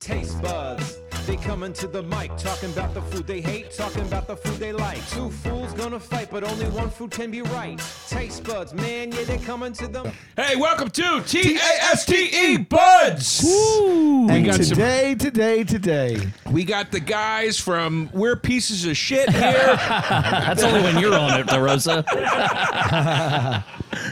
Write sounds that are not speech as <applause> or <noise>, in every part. Taste buds. They coming to the mic, talking about the food they hate, talking about the food they like. Two fools gonna fight, but only one food can be right. Taste buds, man, yeah, they coming to the. Hey, welcome to T A S T E Buds. We And got some today, today, today. We got the guys from We're Pieces of Shit <laughs> here. That's only when you're on it, <laughs> DeRosa.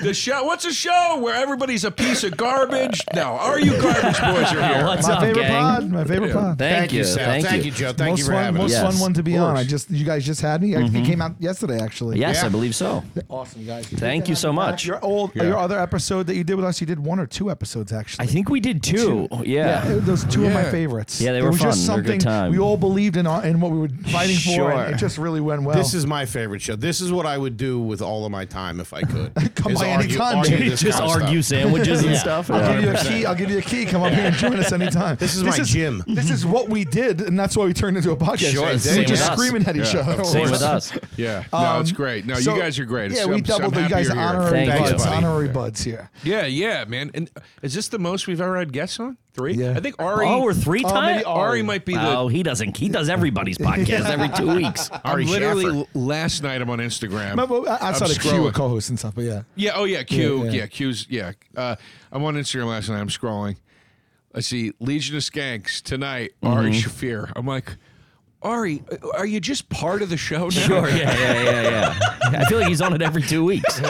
the show. What's a show where everybody's a piece of garbage? No, are you garbage boys are here? What's My up, favorite gang? pod. My favorite pod. Thank, you. Sal. Thank, you. Joe. Thank most you for fun, having most us. Yes, fun one to be of on. I course. Mm-hmm. just you guys just had me. I It came out yesterday, actually. Yes, Yeah. I believe so. awesome guys. Thank you so much. Your old, uh, your other episode that you did with us, you did one or two episodes actually. I think we did two. Yeah. <laughs> Yeah, those two of my Yeah. favorites. Yeah, they It were was Just fun. something They're a good time. We all believed in, uh, in what we were fighting for. Sure. And it just really went well. This is my favorite show. This is what I would do with all of my time if I could. <laughs> Come Is by argue- anytime, argue dude. this Just kind of argue stuff. sandwiches and Yeah. stuff. I'll <laughs> Yeah. give you a key. I'll give you a key. Come up here and join us anytime. <laughs> This is my gym. This is what we did, and that's why we turned into a podcast. Sure, We're same just with us. screaming at each Yeah, other. of <laughs> Same with us. Yeah, no, it's great. No, Um, so- you guys are great. Yeah, I'm- we I'm doubled you happy guys you're here. honorary Thank you, buds, buddy. honorary buds here. Yeah, yeah, man. And is this the most we've ever had guests on? Three? Yeah. I think Ari. Oh, we're three Oh, times. <laughs> maybe Ari might be the. Oh, he doesn't. <laughs> He does everybody's podcast every two weeks. I'm Ari literally Schaffer. last night. I'm on Instagram. Remember, I- outside I'm of Q, a scrolling. co-host and stuff, but yeah. Yeah. Oh, yeah. Q. Yeah, Yeah. yeah. Q's. Yeah. Uh, I'm on Instagram last night. I'm scrolling. I see Legion of Skanks tonight. Ari Shafir. I'm like, Ari, are you just part of the show now? Sure. Yeah, yeah, yeah, yeah. I feel like he's on it every two <laughs> weeks.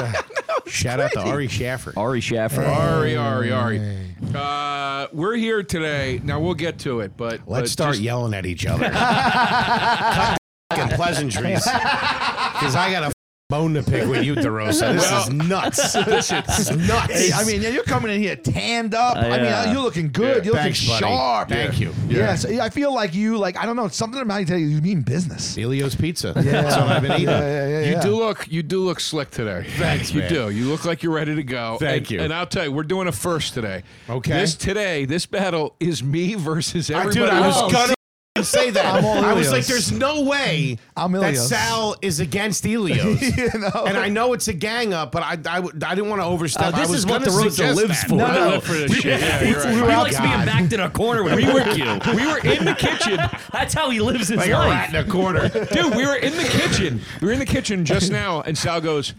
Shout out to Ari Schaffer. Ari <laughs> Shaffer. Ari, Ari, Ari. Uh, we're here today. Now we'll get to it, but Let's but start uh, just- yelling at each other. and pleasantries. Because I got a bone to pick with you, DeRosa. This is nuts. This is nuts. Hey, I mean, yeah, you're coming in here tanned up. I mean, yeah. uh, you're looking good. Yeah, you're looking thanks, buddy. sharp. Thank you. Yeah. so, yeah, I feel like you, like I don't know, something about you. Today, you mean business. Elio's Pizza. That's what I've been eating. Yeah, yeah, yeah. You yeah. <laughs> do look you do look slick today. <laughs> Thanks, you man. do. You look like you're ready to go. Thank And- you. And I'll tell you, we're doing a first today. Okay. This today, this battle is me <laughs> versus I- everybody. Dude, I else. was gonna say that. I'm all I was Elio's. like, "There's no way I'm that Elio's. Sal is against Elio's." <laughs> And I know it's a gang up, but I I, would- I didn't want to overstep. Uh, this I was is what gonna DeRosa suggest lives that. for. No, no. I live for this shit. Yeah, you're right. He My likes being God. backed in a corner when we were you. We were in the kitchen. That's how he lives his Like a life. rat in a corner. Dude, we were in the kitchen. We were in the kitchen <laughs> just now, and Sal goes,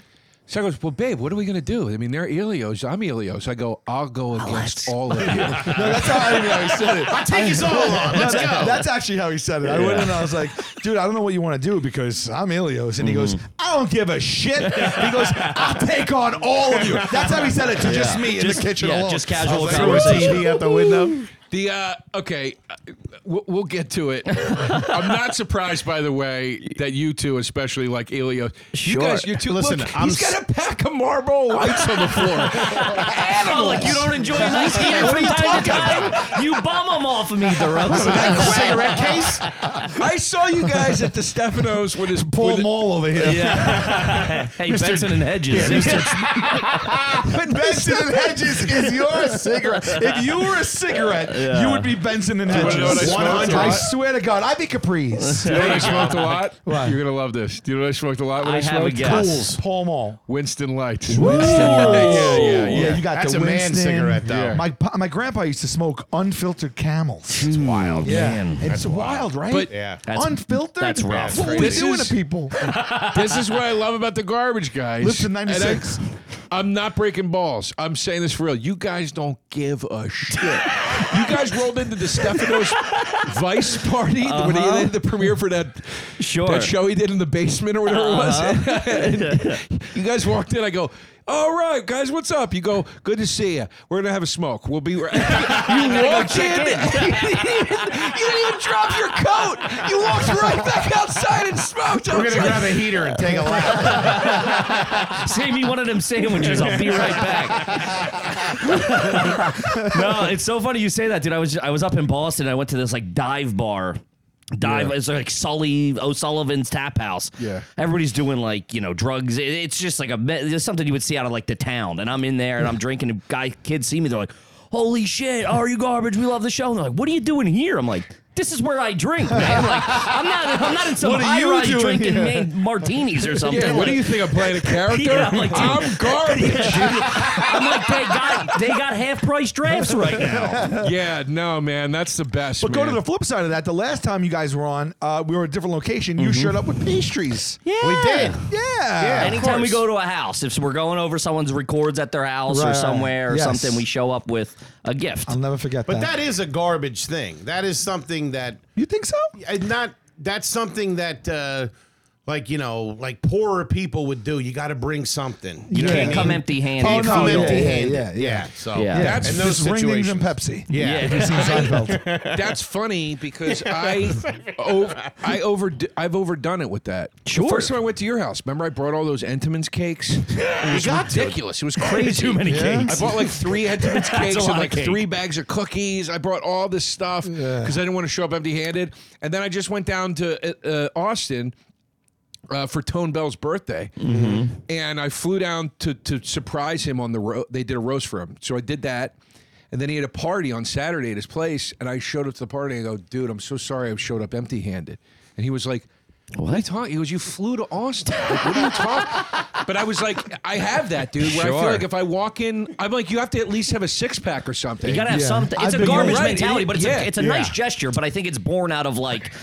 Sal goes, Well, babe, what are we gonna do? I mean, they're Elios. I'm Elios. I go, I'll go against all <laughs> of you. No, that's how I, mean, how he <laughs> said it. I take his all on. Let's No, go. that- That's actually how he said it. I went in and I was like, dude, I don't know what you want to do because I'm Ilios. And he goes, Mm-hmm. I don't give a shit. He goes, I'll take on all of you. That's how he said it to just me in Just- the kitchen yeah, alone. just casual I was like, Throw a TV out the window. The uh, okay, uh, we'll, we'll get to it. I'm not surprised, by the way, that you two, especially like Elio, you Sure. guys, you're two. Listen, look, I'm he's got a pack of Marlboro Lights on the floor. Oh, like you don't enjoy a <laughs> nice dinner from time to time? You bum them off of me, DeRosa. Cigarette case. I saw you guys at the Stefano's with his Paul with- Mall over here. <laughs> yeah. hey, Benson and Hedges. Benson and Hedges is your cigarette. If you were a cigarette, you would be Benson and wanna Hedges. know what I smoked? 100. I swear to God, I'd be Capri's. Do you know what I smoked a lot? What? You're gonna love this. Do you know what I smoked a lot? When I, <laughs> I have smoked? a guess. Paul Mall. Winston Lights. yeah, Oh, yeah, yeah. you got That's the a man Winston. cigarette, though. My pa- my grandpa used to smoke unfiltered camels. <laughs> It's wild, yeah. man. It's wild, right? But- Yeah. That's- unfiltered. that's rough. What are we This doing is- to people? this is what I love about the garbage guys. Lipton And I- 96. I'm not breaking balls. I'm saying this for real. You guys don't give a shit. you guys rolled into the Stefano's Vice party when he did the premiere for that, Sure. that show he did in the basement or whatever it was. <laughs> And you guys walked in. I go, all right, guys, what's up? You go, good to see you. We're gonna have a smoke. We'll be. Right. <laughs> you walked in. you didn't even drop your coat. You walked right back outside and smoked. I We're was gonna like, grab a heater and take a lap. Save me one of them sandwiches. I'll be <laughs> right back. no, it's so funny you say that, dude. I was I was up in Boston. I went to this like dive bar. Dive it's like Sully O'Sullivan's Tap House. Yeah. everybody's doing like you know drugs. It- It's just like a me- it's something you would see out of like the town. And I'm in there and I'm drinking. oh, And guy kids see me, they're like, "Holy shit! Are you garbage? We love the show." And they're like, "What are you doing here?" I'm like. this is where I drink, man. Like, I'm not, I'm not in some What are high you rise doing drinking here? ma- martinis or <laughs> something. Yeah, what Like, do you think? I'm playing a character? Yeah, I'm I'm, like, dude. garbage. I'm like, they got, they got half price drafts right now. <laughs> Yeah, no, man, that's the best. But go to man. the <laughs> flip side of that. The last time you guys were on, uh, we were at a different location. You showed up with pastries. Yeah. We did. Yeah. Anytime we go to a house, if we're going over someone's records at their house Right, or right. somewhere or Yes. something, we show up with a gift. I'll never forget But that. that is a garbage thing. That is something that You think so? I- not that's something that uh like you know like poorer people would do. You got to bring something. You know You what I can't come mean? empty handed. Oh, You come yeah, empty yeah, handed. yeah, yeah. So Yeah. that's in those just ring things situations. and Pepsi. Yeah. Yeah. Seen Seinfeld. That's funny because <laughs> I over, I over I've overdone it with that. Sure. The first time I went to your house, remember I brought all those Entenmann's <laughs> cakes? It was ridiculous. It was crazy. Too many I cakes. bought like <laughs> three Entenmann's cakes and lot of like cake. three bags of cookies. I brought all this stuff because I didn't want to show up empty-handed. And then I just went down to uh, uh, Austin uh, for Tone Bell's birthday, Mm-hmm. and I flew down to to surprise him on the road. They did a roast for him, so I did that. And then he had a party on Saturday at his place, and I showed up to the party. and I go, dude, I'm so sorry I showed up empty handed. And he was like, What are you talking? He goes, You flew to Austin. Like, what are you talking? <laughs> but I was like, I have that, dude. Where I feel Sure. like if I walk in, I'm like, you have to at least have a six pack or something. You gotta have Yeah. something. I've It's a been- garbage You're right. mentality, It- but it's yeah. a it's a nice gesture. But I think it's born out of like.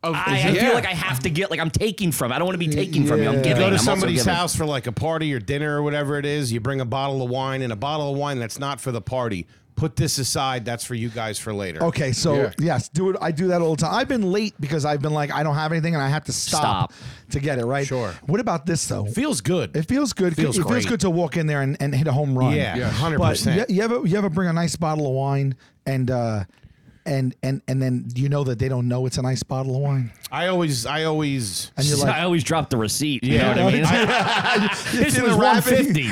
I, I yeah. feel like I have to get like I'm taking from. I don't want to be taking from you. I'm Yeah. giving. Go I'm to also somebody's giving. house for like a party or dinner or whatever it is. You bring a bottle of wine and a bottle of wine that's not for the party. Put this aside. That's for you guys for later. Okay, so Yeah. yes, do it. I do that all the time. I've been late because I've been like, I don't have anything, and I have to stop, Stop. to get it right. Sure. What about this though? Feels good. It feels good. Feels it feels great. good to walk in there and, and hit a home run. Yeah, Yeah. But 100%. you, you ever you ever bring a nice bottle of wine and uh, and and and then you know that they don't know it's a nice bottle of wine. I always, I always. And you're like, <laughs> I always drop the receipt. You Yeah. know <laughs> what I mean? this see was the one rabbit? fifty. <laughs>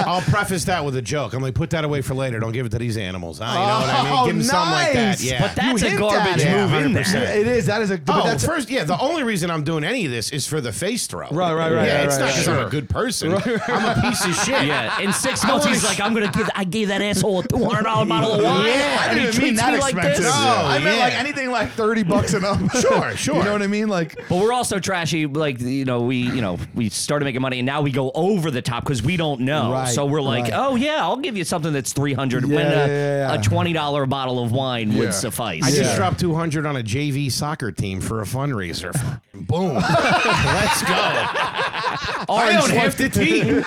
I'll preface that with a joke. I'm like, put that away for later. Don't give it to these animals. Huh? You know what I mean? Oh, Give them something like that. nice. Yeah. But that's You a hint garbage at it. move in Yeah, there. 100%. it is that is a. But Oh, that's <laughs> a- first, yeah. The only reason I'm doing any of this is for the face throw. Right, right, right, Yeah, right, it's right, not right. because I'm a good person. I'm a piece of shit. <laughs> Yeah. In six months, wanna he's sh- like, I'm gonna give. I gave that asshole a two hundred dollar bottle of wine. Yeah. and I he didn't treats me like this. Oh, No, I meant yeah. like anything like thirty bucks and up. Sure, <laughs> sure. you know what I mean? Like But we're also trashy. Like you know, we you know we started making money, and now we go over the top because we don't know. Right, so we're like, right. oh yeah, I'll give you something that's three hundred when Yeah, yeah, a, yeah, yeah. a twenty dollar bottle of wine Yeah. would suffice. I Yeah. just dropped 200 on a JV soccer team for <laughs> a fundraiser. Boom. Let's go. I Orange own half the team.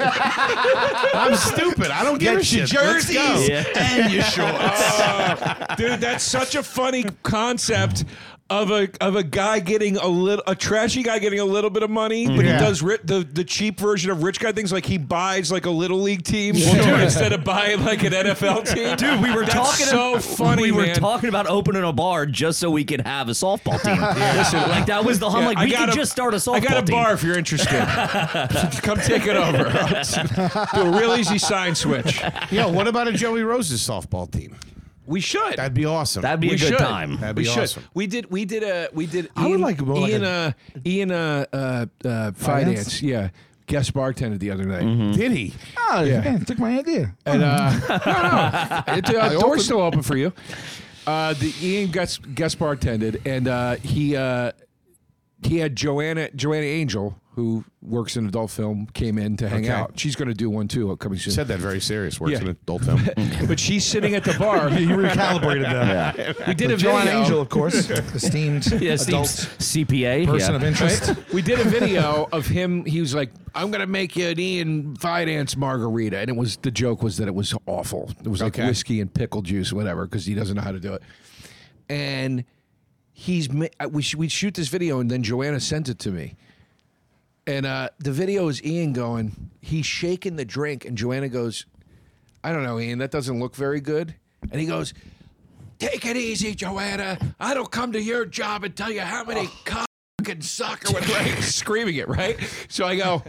I'm stupid. I don't give a get your shit. Let's jerseys go. <laughs> and your shorts. Oh, Dude, that's such a funny concept of a of a guy getting a little a trashy guy getting a little bit of money, but Yeah. he does ri- the the cheap version of rich guy things like he buys like a little league team instead of buying like an NFL <laughs> team. Dude, We were that's talking. so funny. <laughs> We were man. talking about opening a bar just so we could have a softball team. Listen, like that was the. Yeah, I'm like, I we got could just start a softball I got a team. bar if you're interested. <laughs> Come take it over. Do a real easy sign switch. Yo, what about a Joey Rose's softball team? We should. That'd be awesome. That'd be we a good should. time. That'd we be should. awesome. We did. We did a. We did. Ian, would like more like Ian. a- uh, Ian. Uh, uh, uh, finance. Yeah. Guest bartender the other night. Did he? Oh, yeah. man, took my idea. And uh, no, no, it, uh, door's still open for you. Uh, the Ian guest guest bartended, and uh, he uh, he had Joanna Joanna Angel, who works in adult film, came in to hang Okay. out. She's going to do one too, coming soon. Said that very serious. Works Yeah. in an adult film. <laughs> but she's sitting at the bar. You recalibrated them. <laughs> We did a John video. Angel, of course, esteemed Yeah, adult Steve's CPA. person yeah. of interest. Right? We did a video of him. He was like, "I'm gonna make you an Ian Finance margarita," and it was the joke was that it was awful. It was like Okay. whiskey and pickle juice, whatever, because he doesn't know how to do it. And he's ma- I- we sh- we shoot this video, and then Joanna sent it to me. And uh, the video is Ian going, he's shaking the drink, and Joanna goes, I don't know, Ian, that doesn't look very good. And he goes, Take it easy, Joanna. I don't come to your job and tell you how many cock and sucker would like screaming it, right? So I go,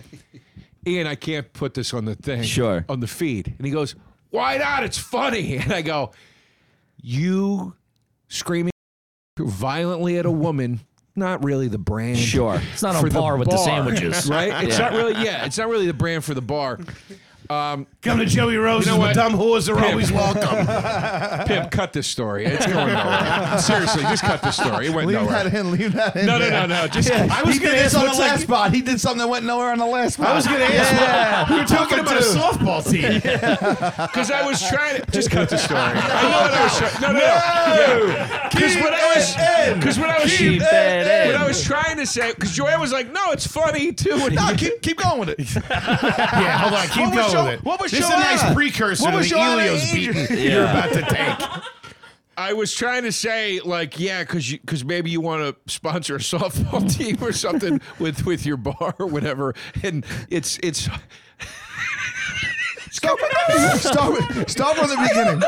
Ian, I can't put this on the thing. Sure. On the feed. And he goes, Why not? It's funny. <laughs> And I go, You screaming violently at a woman, not really the brand. Sure, it's not on for par with the bar, <laughs> sandwiches. right? It's Yeah. not really, yeah, it's not really the brand for the bar. Um, Come to Joey Rose's. You know the what? dumb whores are always welcome. Pimp, cut this story. It's going nowhere. Seriously, just cut this story. It went Leave nowhere. that in. Leave that in. No, no, there. no, no. Just I was he did gonna this ask on the what's last like- spot. He did something that went nowhere on the last spot. I was gonna ask. Yeah. We were talking about a to- <laughs> softball team. because I was trying to just cut the story. I know what I was trying. No, no, no. Because what I was, because what I was, Keep what that in. I was trying to say, because Joanne was like, "No, it's funny too." And No, keep, keep going with it. Yeah, hold on. Keep What was going your- with it. what was this is a your nice honor? precursor What to the was your honor, Elio's Adrian? beating <laughs> you're <laughs> about to take. I was trying to say, like, yeah, because because maybe you want to sponsor a softball <laughs> team or something with with your bar or whatever, and it's it's. Start, start, with- start from the beginning.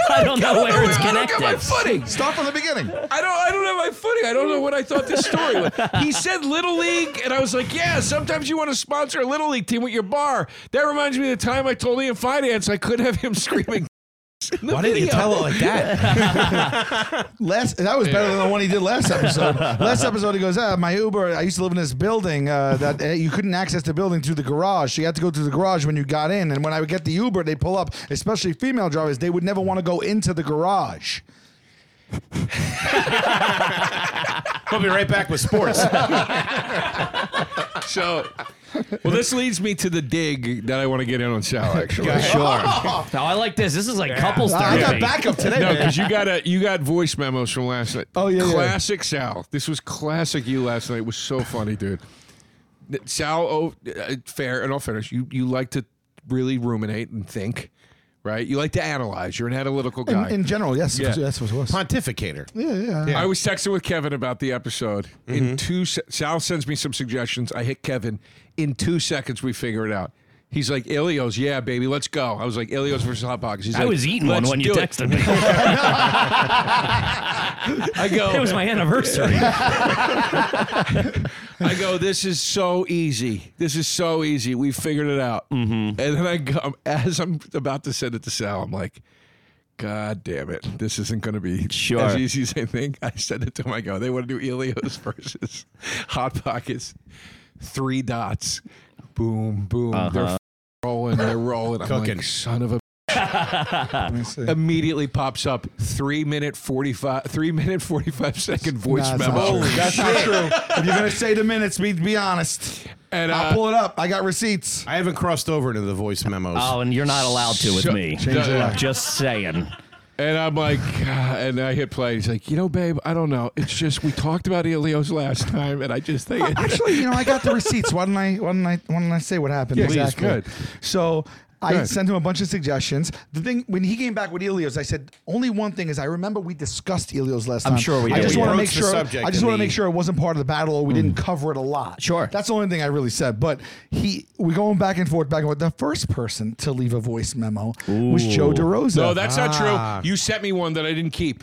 <laughs> I don't know where it's I don't get my connected. footing. Start from the I beginning. don't. I don't have my footing. I don't know what I thought this story was. He said little league, and I was like, yeah. Sometimes you want to sponsor a little league team with your bar. That reminds me of the time I told Ian Finance I could have him <laughs> screaming. in the Why didn't you video. tell it <laughs> like that? Last that was better than the one he did last episode. last episode he goes, ah, my Uber. I used to live in this building uh, that uh, you couldn't access the building through the garage. So you had to go through the garage when you got in. And when I would get the Uber, they pull up, especially female drivers. They would never want to go into the garage. We'll be right back with sports. So, well, this leads me to the dig that I want to get in on Sal. Actually, No, I like this. This is like couples I therapy. got backup today. No, <laughs> man. because you got a you got voice memos from last night. Oh, yeah, yeah. classic Sal. This was classic you last night. It was so funny, dude. That Sal, oh, uh, fair in all fairness, you you like to really ruminate and think, right? You like to analyze. You're an analytical In, guy. in general, yes, Yeah. that's what it was. <laughs> Pontificator. Yeah, yeah. I was texting with Kevin about the episode. Mm-hmm. In two, se- Sal sends me some suggestions. I hit Kevin. In two seconds, we figure it out. He's like Ilios, yeah, baby, let's go. I was like Ilios versus Hot Pockets. He's I like, was eating one "Let's when you do it." texted me. I go, <laughs> it was my anniversary. I go, this is so easy. This is so easy. We figured it out. Mm-hmm. And then I go, as I'm about to send it to Sal, I'm like, God damn it. This isn't going to be Sure. as easy as I think. I send it to him. I go, they want to do Elios <laughs> versus Hot Pockets. Three dots. Boom, boom. They're f- rolling. They're rolling. I'm Cooking. like, son of a. see. Immediately pops up three minute forty five three minute forty five second voice Nah, that's memo. not true. That's not true. If you're gonna say the minutes, be be honest. And I'll uh, pull it up. I got receipts. I haven't crossed over into the voice memos. Oh, and you're not allowed to with Shut- me. Change it up. Just saying. And I'm like, "Ah," and I hit play. He's like, you know, babe, I don't know. It's just we talked about Ilios last time, and I just think <laughs> it. Actually, you know, I got the receipts. Why didn't I? Why didn't I? Why didn't I say what happened Yeah, please, exactly? good. So I Good. sent him a bunch of suggestions. The thing when he came back with Elios, I said only one thing is I remember we discussed Elios last time. sure we I did. just We want to make broached the sure. subject I just in want to the- make sure it wasn't part of the battle or we didn't cover it a lot. Mm. Sure. That's the only thing I really said. But he, we're going back and forth, back and forth. The first person to leave a voice memo was Joe DeRosa. No, that's not true. Ah. You sent me one that I didn't keep.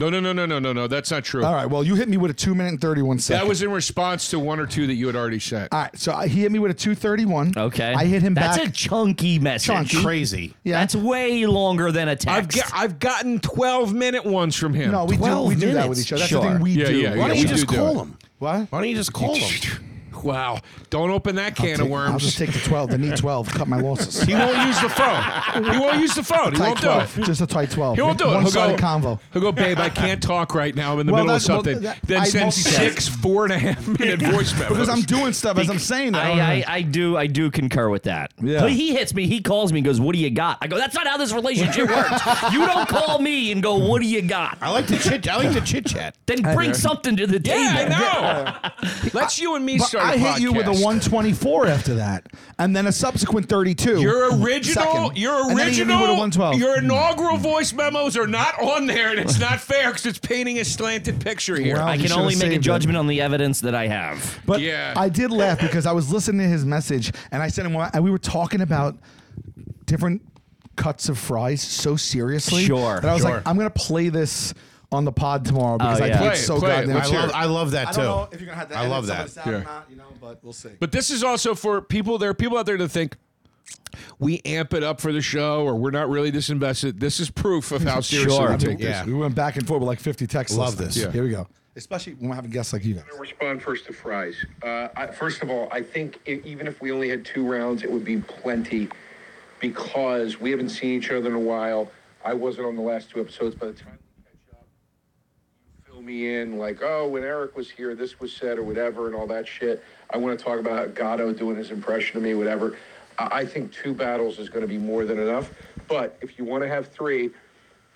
No, no, no, no, no, no, no. That's not true. all right. Well, you hit me with a two minute and thirty one second. That was in response to one or two that you had already sent. all right. So I- he hit me with a two thirty one. Okay. I hit him That's back. a chunky message. Chunky. Crazy. yeah. That's way longer than a I've text. got, I've gotten twelve minute ones from him. No, we do 12 we do that minutes. with each other. That's the Sure. thing we Yeah, do. yeah, Why don't yeah, you we just do do call it. him? What? Why don't <laughs> you just call him? wow. Don't open that can of worms. I'll just take the twelve, the knee twelve, cut my losses. he won't use the phone. He won't use the phone. He tight won't twelve, do it. just a tight twelve. He won't do it. One He'll go, sided convo. He'll go, babe. I can't talk right now. I'm in the Well, middle of that's- well, something. that- then I send multitask. six four and a <laughs> half minute voice memos. Because I'm doing stuff as I'm saying that. I, I, I do I do concur with that. Yeah. But he hits me. He calls me and goes, "What do you got?" I go, "That's not how this relationship works. You don't call me and go, "What do you got?" I like to chit. I like to chit chat. Then bring something to the table. Yeah, I know. Let's you and me but start. I a hit you with a podcast. 124 after that, and then a subsequent 32. Your original, second. your And then he hit me original, with a 112. your inaugural voice memos are not on there, and it's not fair because it's painting a slanted picture here. Wow. I You can should've only make a saved it. judgment on the evidence that I have. But Yeah. I did laugh because I was listening to his message and I sent him one, and we were talking about different cuts of fries so seriously. Sure, That I was sure. like, I'm gonna play this on the pod tomorrow because I Oh, yeah. think Play it's it, so play it. goddamn I Let's hear love. it. I love that too. I love that. Yeah. you know, but we'll see. But this is also for people. There are people out there that think we amp it up for the show, or we're not really disinvested. This is proof of how seriously Sure. we take Yeah. this. We went back and forth with like 50 texts. Love last night. this. Yeah. Here we go. especially when we're having guests like you guys. to respond first to fries. Uh, I, first of all, I think i even if we only had two rounds, it would be plenty because we haven't seen each other in a while. I wasn't on the last two episodes. By the time we catch up, you fill me in like, oh, when Eric was here, this was said or whatever, and all that shit. I want to talk about how Gatto doing his impression of me, whatever. I, I think two battles is going to be more than enough. But if you want to have three,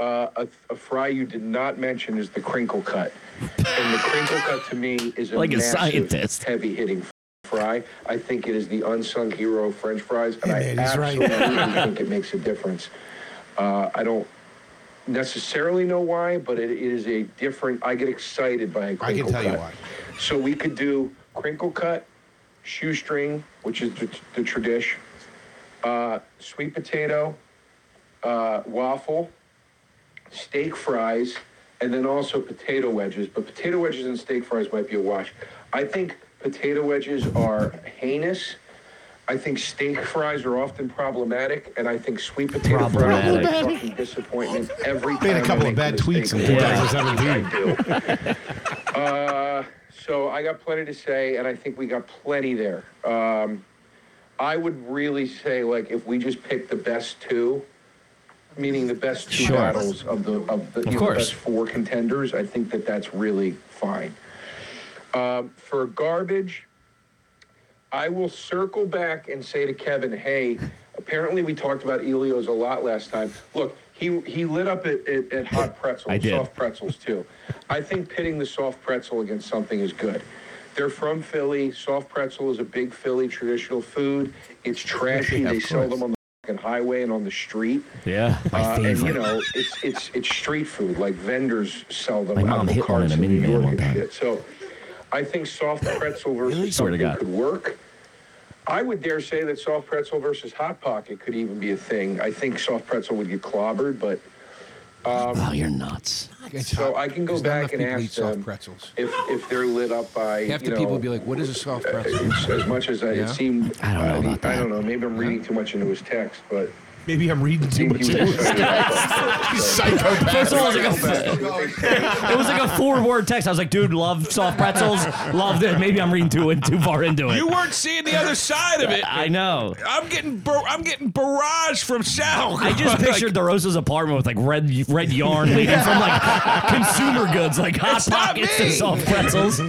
uh, a, a fry you did not mention is the crinkle cut. And the crinkle cut to me is a Like a massive, scientist. heavy hitting fry. I think it is the unsung hero of French fries, and man, I he's right. absolutely <laughs> think it makes a difference. Uh, I don't necessarily know why, but it, it is a different. I get excited by a crinkle I can tell cut. you why. So we could do crinkle cut, shoestring, which is the, the tradition, uh, sweet potato, uh, waffle, steak fries, and then also potato wedges. But potato wedges and steak fries might be a wash. I think potato wedges are heinous. I think steak fries are often problematic, and I think sweet potato fries are a Problematic. fucking disappointment every time. Made a I couple make of a bad mistake tweets in with 2017. do. Uh, so I got plenty to say, and I think we got plenty there. Um, I would really say, like, if we just pick the best two, meaning the best two Sure. battles of the of the, you know, the course. best four contenders, I think that that's really fine. Um, for garbage, I will circle back and say to Kevin, hey, apparently we talked about Elio's a lot last time. Look, he he lit up at, at, at hot pretzels, I did. soft pretzels too. I think pitting the soft pretzel against something is good. They're from Philly. Soft pretzel is a big Philly traditional food. It's trashy. They sell them on the fucking highway and on the street. Yeah, my Uh, and favorite. you know, it's it's it's street food. Like vendors sell them. My out mom of the hit one in a carts New minivan York one and time. shit. So, I think soft pretzel versus Swear to something God. could work. I would dare say that soft pretzel versus hot pocket could even be a thing. I think soft pretzel would get clobbered, but oh, you're nuts. so I can go There's not enough back and people eat ask soft them pretzels. if if they're lit up by Half you the know, uh, people would be like, "What is a soft pretzel?" It's- as much as I, Yeah. it seemed. I don't know uh, about that. I don't know. Maybe I'm reading too much into his text, but Maybe I'm reading too seemed much. he was <laughs> excited about Oh, that. So, Psychopath. First of all, it was like back to what they said. a, <laughs> it was like a four-word text. I was like, dude, love soft pretzels, love this. Maybe I'm reading too, too far into it. You weren't seeing the other side of it. I know. I'm getting bar- I'm getting barrage from Sal. I just <laughs> Like, pictured DeRosa's apartment with like red red <laughs> yarn leading from like consumer goods, like hot It's not pockets and me. soft pretzels.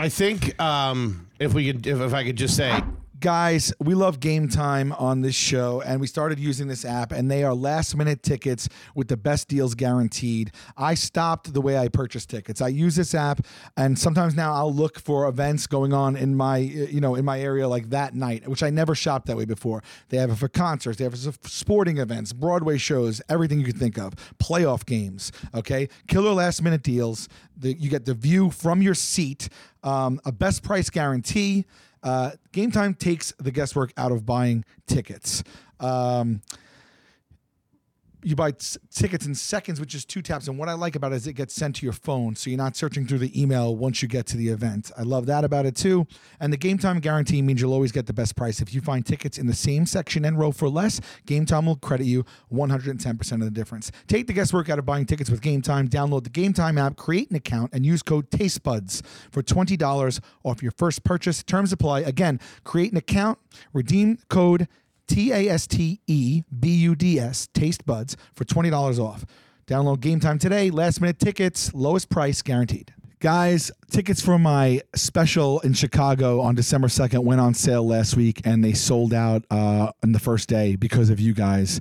I think um, if we could, if, if I could just say, guys, we love game time on this show, and we started using this app, and they are last minute tickets with the best deals guaranteed. I stopped the way I purchase tickets. I use this app, and sometimes now I'll look for events going on in my uh, you know in my area like that night, which I never shopped that way before. They have it for concerts, they have it for sporting events, Broadway shows, everything you can think of, playoff games. Okay, killer last minute deals. The, you get the view from your seat, um, a best price guarantee. Uh, game time takes the guesswork out of buying tickets. Um, you buy t- tickets in seconds with just two taps. And what I like about it is it gets sent to your phone. So you're not searching through the email once you get to the event. I love that about it too. And the game time guarantee means you'll always get the best price. If you find tickets in the same section and row for less, game time will credit you 110% of the difference. Take the guesswork out of buying tickets with game time. Download the game time app, create an account, and use code TasteBuds for $20 off your first purchase. Terms apply. Again, create an account, redeem code T A S T E B U D S, Taste Buds, for $20 off. Download game time today. Last minute tickets, lowest price guaranteed. Guys, tickets for my special in Chicago on December 2nd went on sale last week and they sold out uh, on the first day because of you guys.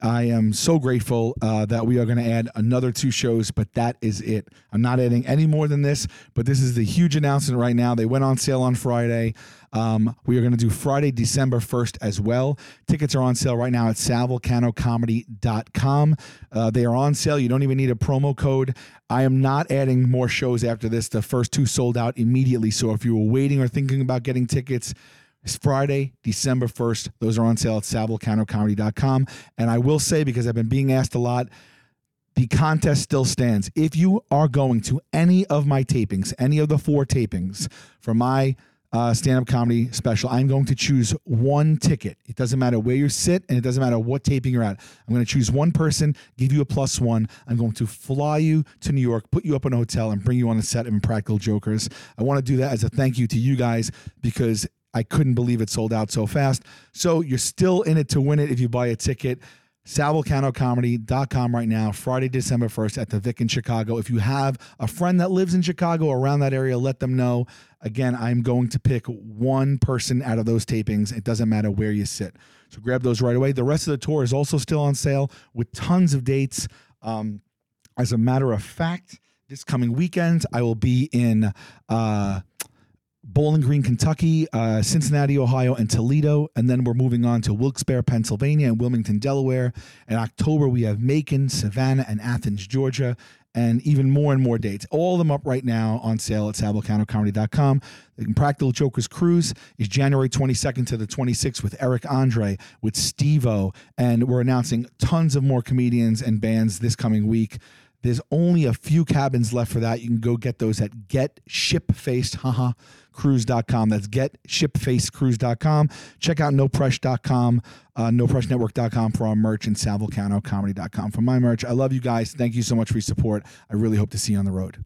I am so grateful uh, that we are going to add another two shows, but that is it. I'm not adding any more than this, but this is the huge announcement right now. They went on sale on Friday. Um, we are going to do Friday, December 1st as well. Tickets are on sale right now at salvolcanocomedy.com. Uh, they are on sale. You don't even need a promo code. I am not adding more shows after this. The first two sold out immediately. So if you were waiting or thinking about getting tickets, it's Friday, December 1st. Those are on sale at salvolcanocomedy.com. And I will say, because I've been being asked a lot, the contest still stands. If you are going to any of my tapings, any of the four tapings for my uh, stand up comedy special. I'm going to choose one ticket. It doesn't matter where you sit and it doesn't matter what taping you're at. I'm going to choose one person, give you a plus one. I'm going to fly you to New York, put you up in a hotel, and bring you on a set in Practical Jokers. I want to do that as a thank you to you guys because I couldn't believe it sold out so fast. So you're still in it to win it if you buy a ticket. SalVolcanoComedy.com right now, Friday, December 1st at the Vic in Chicago. If you have a friend that lives in Chicago around that area, let them know. Again, I'm going to pick one person out of those tapings. It doesn't matter where you sit. So grab those right away. The rest of the tour is also still on sale with tons of dates. Um, as a matter of fact, this coming weekend, I will be in. Uh, Bowling Green, Kentucky, uh, Cincinnati, Ohio, and Toledo. And then we're moving on to Wilkes-Barre, Pennsylvania, and Wilmington, Delaware. In October, we have Macon, Savannah, and Athens, Georgia, and even more and more dates. All of them up right now on sale at savilcanoComedy.com. The Impractical Jokers Cruise is January 22nd to the 26th with Eric Andre, with Steve-O, and we're announcing tons of more comedians and bands this coming week. There's only a few cabins left for that. You can go get those at getshipfacedcruise.com. That's getshipfacedcruise.com. Check out nopresh.com, uh, nopreshnetwork.com for our merch, and salvolcanocomedy.com for my merch. I love you guys. Thank you so much for your support. I really hope to see you on the road.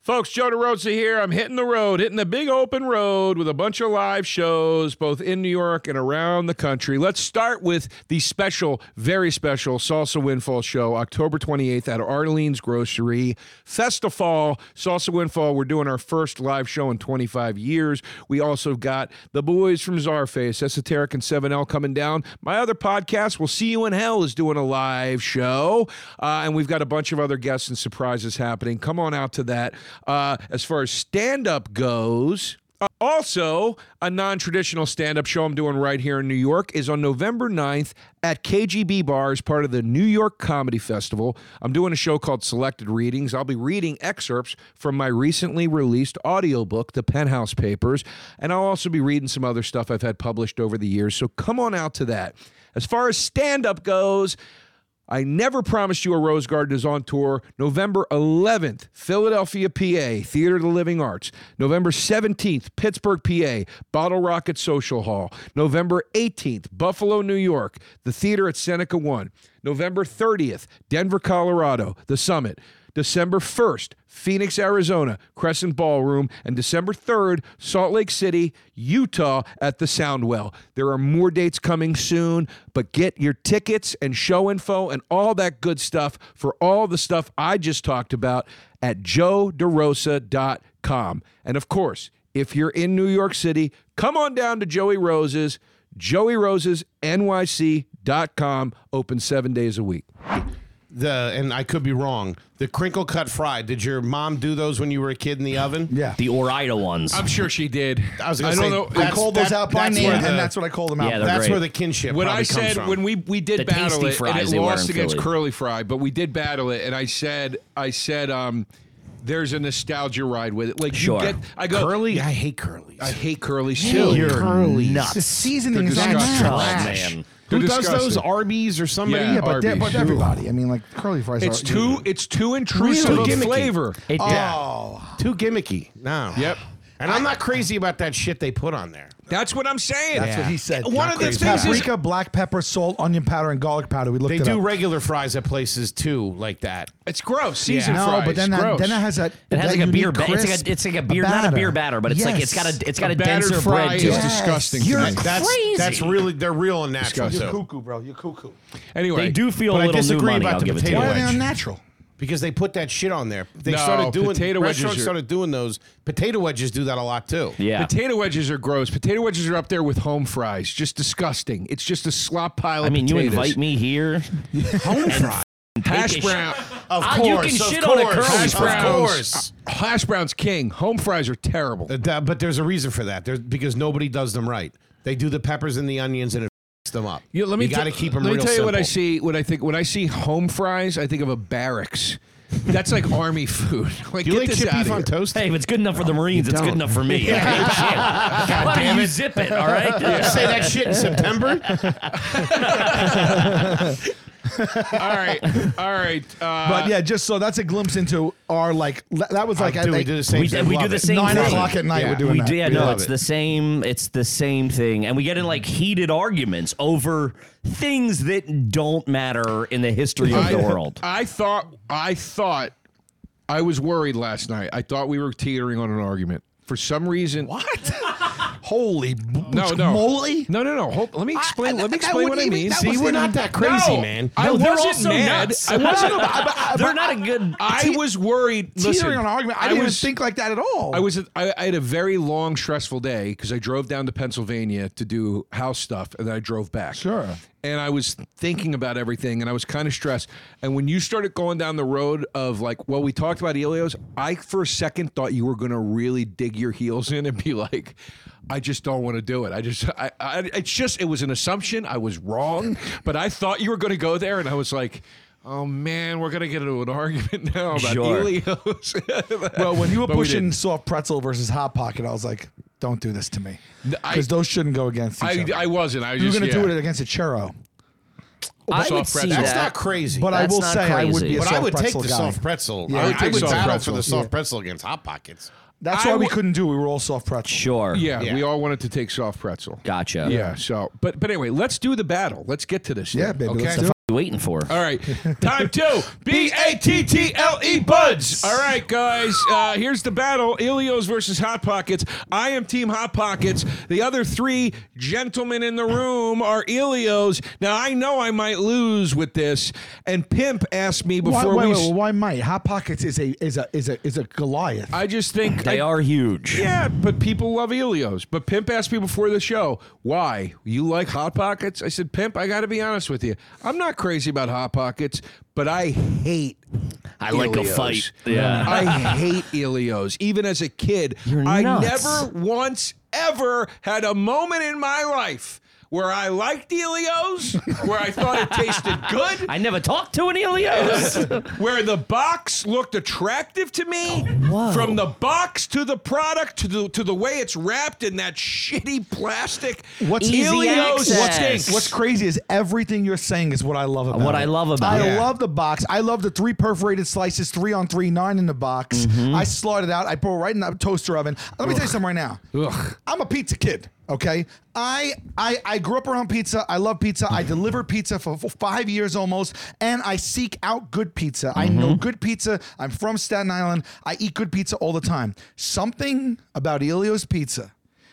Folks, Joe DeRosa here. I'm hitting the road, hitting the big open road with a bunch of live shows, both in New York and around the country. Let's start with the special, very special Salsa Windfall show, October 28th at Arlene's Grocery. Festival, Salsa Windfall. We're doing our first live show in 25 years. We also got the boys from Czarface, Esoteric and 7L coming down. My other podcast, We'll See You in Hell, is doing a live show. Uh, and we've got a bunch of other guests and surprises happening. Come on out to that uh, as far as stand up goes. uh, also, a non traditional stand up show I'm doing right here in New York is on November 9th at KGB Bar as part of the New York Comedy Festival. I'm doing a show called Selected Readings. I'll be reading excerpts from my recently released audiobook, The Penthouse Papers, and I'll also be reading some other stuff I've had published over the years. So come on out to that. As far as stand up goes, I never promised you a Rose Garden is on tour. November 11th, Philadelphia, PA, Theater of the Living Arts. November 17th, Pittsburgh, PA, Bottle Rocket Social Hall. November 18th, Buffalo, New York, the Theater at Seneca One. November 30th, Denver, Colorado, the Summit. December 1st, Phoenix, Arizona, Crescent Ballroom, and December 3rd, Salt Lake City, Utah at the Soundwell. There are more dates coming soon, but get your tickets and show info and all that good stuff for all the stuff I just talked about at joederosa.com. And of course, if you're in New York City, come on down to Joey Rose's, joeyrosesnyc.com, open seven days a week. The and I could be wrong. The crinkle cut fry. Did your mom do those when you were a kid in the oven? Yeah. The Orida ones. I'm sure she did. I was gonna say, I that's- called those that- out by that's name, where the- and that's what I called them out. Yeah, for. they're Um, That's great. where the kinship. What probably I said comes from. when we we did The battle tasty it, and fries it they were lost in against Philly. Curly Fry, but we did battle it, and I said I said um, there's a nostalgia ride with it. Like Sure. you get, I go curly, I hate curly. I hate Curly too. You're curly. The nuts. seasoning is on disgusting. Oh, trash. man. Who They're does those? disgusting. Arby's or somebody? Yeah. Yeah, but, they- Arby's. but everybody. I mean, like curly fries. It's are, too it's too intrusive Really? of Gimmicky. flavor. It, Oh, too gimmicky. No. Yep. And I'm not crazy about that shit they put on there. That's what I'm saying. That's what he said. One of the crazy. things is paprika, black pepper, salt, onion powder, and garlic powder. We looked They it do up. regular fries at places too, like that. it's gross. Seasoned no, fries. but then that, gross. then it has that. It has that like a beer. unique Ba- it's like crisp a it's like a beer, not a beer batter, but it's like it's got a it's got a, battered denser fry bread is to it. disgusting. to You're me. cr- That's Crazy. that's really they're real and natural. Disgusting. too. Cuckoo, bro, you're cuckoo. anyway, They do feel But I a little new disagree money. about I'll the give it to potato Why are you. they wedge. unnatural? because they put that shit on there. They No, started doing potato wedges restaurants are- started doing those. Potato wedges do that a lot too. Yeah. Potato wedges are gross. Potato wedges are up there with home fries. Just disgusting. It's just a slop pile of I mean, you potatoes. invite me here. Home fries. Hash Take a brown. Of Ah, course. you can of shit on course, a curly Of fry. course. Hash browns king. Home fries are terrible. Uh, that- but there's a reason for that. There's because nobody does them right. They do the peppers and the onions and it f***s them up. You, let me got to t- keep them Let real me tell you what I simple. see. What I think. When I see home fries, I think of a barracks. That's like <laughs> army food. Like, Do you get like this chip out beef on of here. <laughs> toast? Hey, if it's good enough for the Marines, it's good enough for me. I hate shit. Why don't you zip it? All right. <laughs> Say that shit in September. all right, all right. Uh, But yeah, just so that's a glimpse into our like le- that was like Dude, at we like do the same we thing. do- we do Love the it. same nine thing. o'clock at night. Yeah. We're doing we that. do, yeah, We no, love it's it. the same. It's the same thing, and we get in like heated arguments over things that don't matter in the history of the world. I thought I thought I was worried last night. I thought we were teetering on an argument. For some reason, What? Holy b- No, no, moly! no, no, no. Hold, let me explain. let me explain what I mean. that was not that crazy, man. I No, they're wasn't also mad. nuts. I wasn't. They're not a good. I was worried. Listen, Teetering on an argument. I, didn't was- even think like that at all. I was I, I had a very long stressful day because I drove down to Pennsylvania to do house stuff and then I drove back. Sure. And I was thinking about everything and I was kind of stressed. And when you started going down the road of like, well, we talked about Elios, I for a second thought you were gonna really dig your heels in and be like, I just don't want to do it. I just I, I it's just it was an assumption. I was wrong, but I thought you were gonna go there and I was like Oh man, we're gonna get into an argument <laughs> now about Sure. Elios. <laughs> well, when you were But we pushing didn't. soft pretzel versus hot pocket, I was like, "Don't do this to me," I- because those shouldn't go against each I, other. I wasn't. I was you were just going to yeah. do it against a churro, I soft would see pretzel. that. That's not crazy. but I That's will not say I would crazy. be a But soft I would take pretzel the guy. soft pretzel. Yeah. I I would, take soft battle pretzel. for the soft Yeah. pretzel against hot pockets. That's I why we would- couldn't do. it. We were all soft pretzel. sure. Yeah, Yeah. we all wanted to take soft pretzel. Gotcha. Yeah. So, but but anyway, let's do the battle. Let's get to this. Yeah, thing, baby. Okay. Let's do it. What are you waiting for? All right. Time <laughs> two. B A T T L E buds. All right, guys. Uh, here's the battle: Ilios versus Hot Pockets. I am Team Hot Pockets. The other three gentlemen in the room are Ilios. Now I know I might lose with this. And Pimp asked me Why, before wait, we. wait, s- why might Hot Pockets is a is a is a is a Goliath? I just think They I- are <laughs> huge. Yeah, but people love Elios. But Pimp asked me before the show, why? You like Hot Pockets? I said, Pimp, I got to be honest with you. I'm not crazy about Hot Pockets, but I hate. I like a Elios. fight. Yeah. I hate Elios. Even as a kid, You're I nuts. never once ever had a moment in my life where I liked Elios, where I thought it tasted good. <laughs> I never talked to an Elios. where the box looked attractive to me Whoa. from the box to the product to the, to the way it's wrapped in that shitty plastic What's- Easy Helios access. stinks. What's crazy is everything you're saying is what I love about What it. I love about I it. love the box. I love the three perforated slices, three on three, nine in the box. I slotted out. I pour it right in the toaster oven. Let me tell you something right now. Ugh. I'm a pizza kid. Okay, I, I I grew up around pizza. I love pizza. I delivered pizza for, for five years almost, and I seek out good pizza. I know good pizza. I'm from Staten Island. I eat good pizza all the time. Something about Elio's Pizza.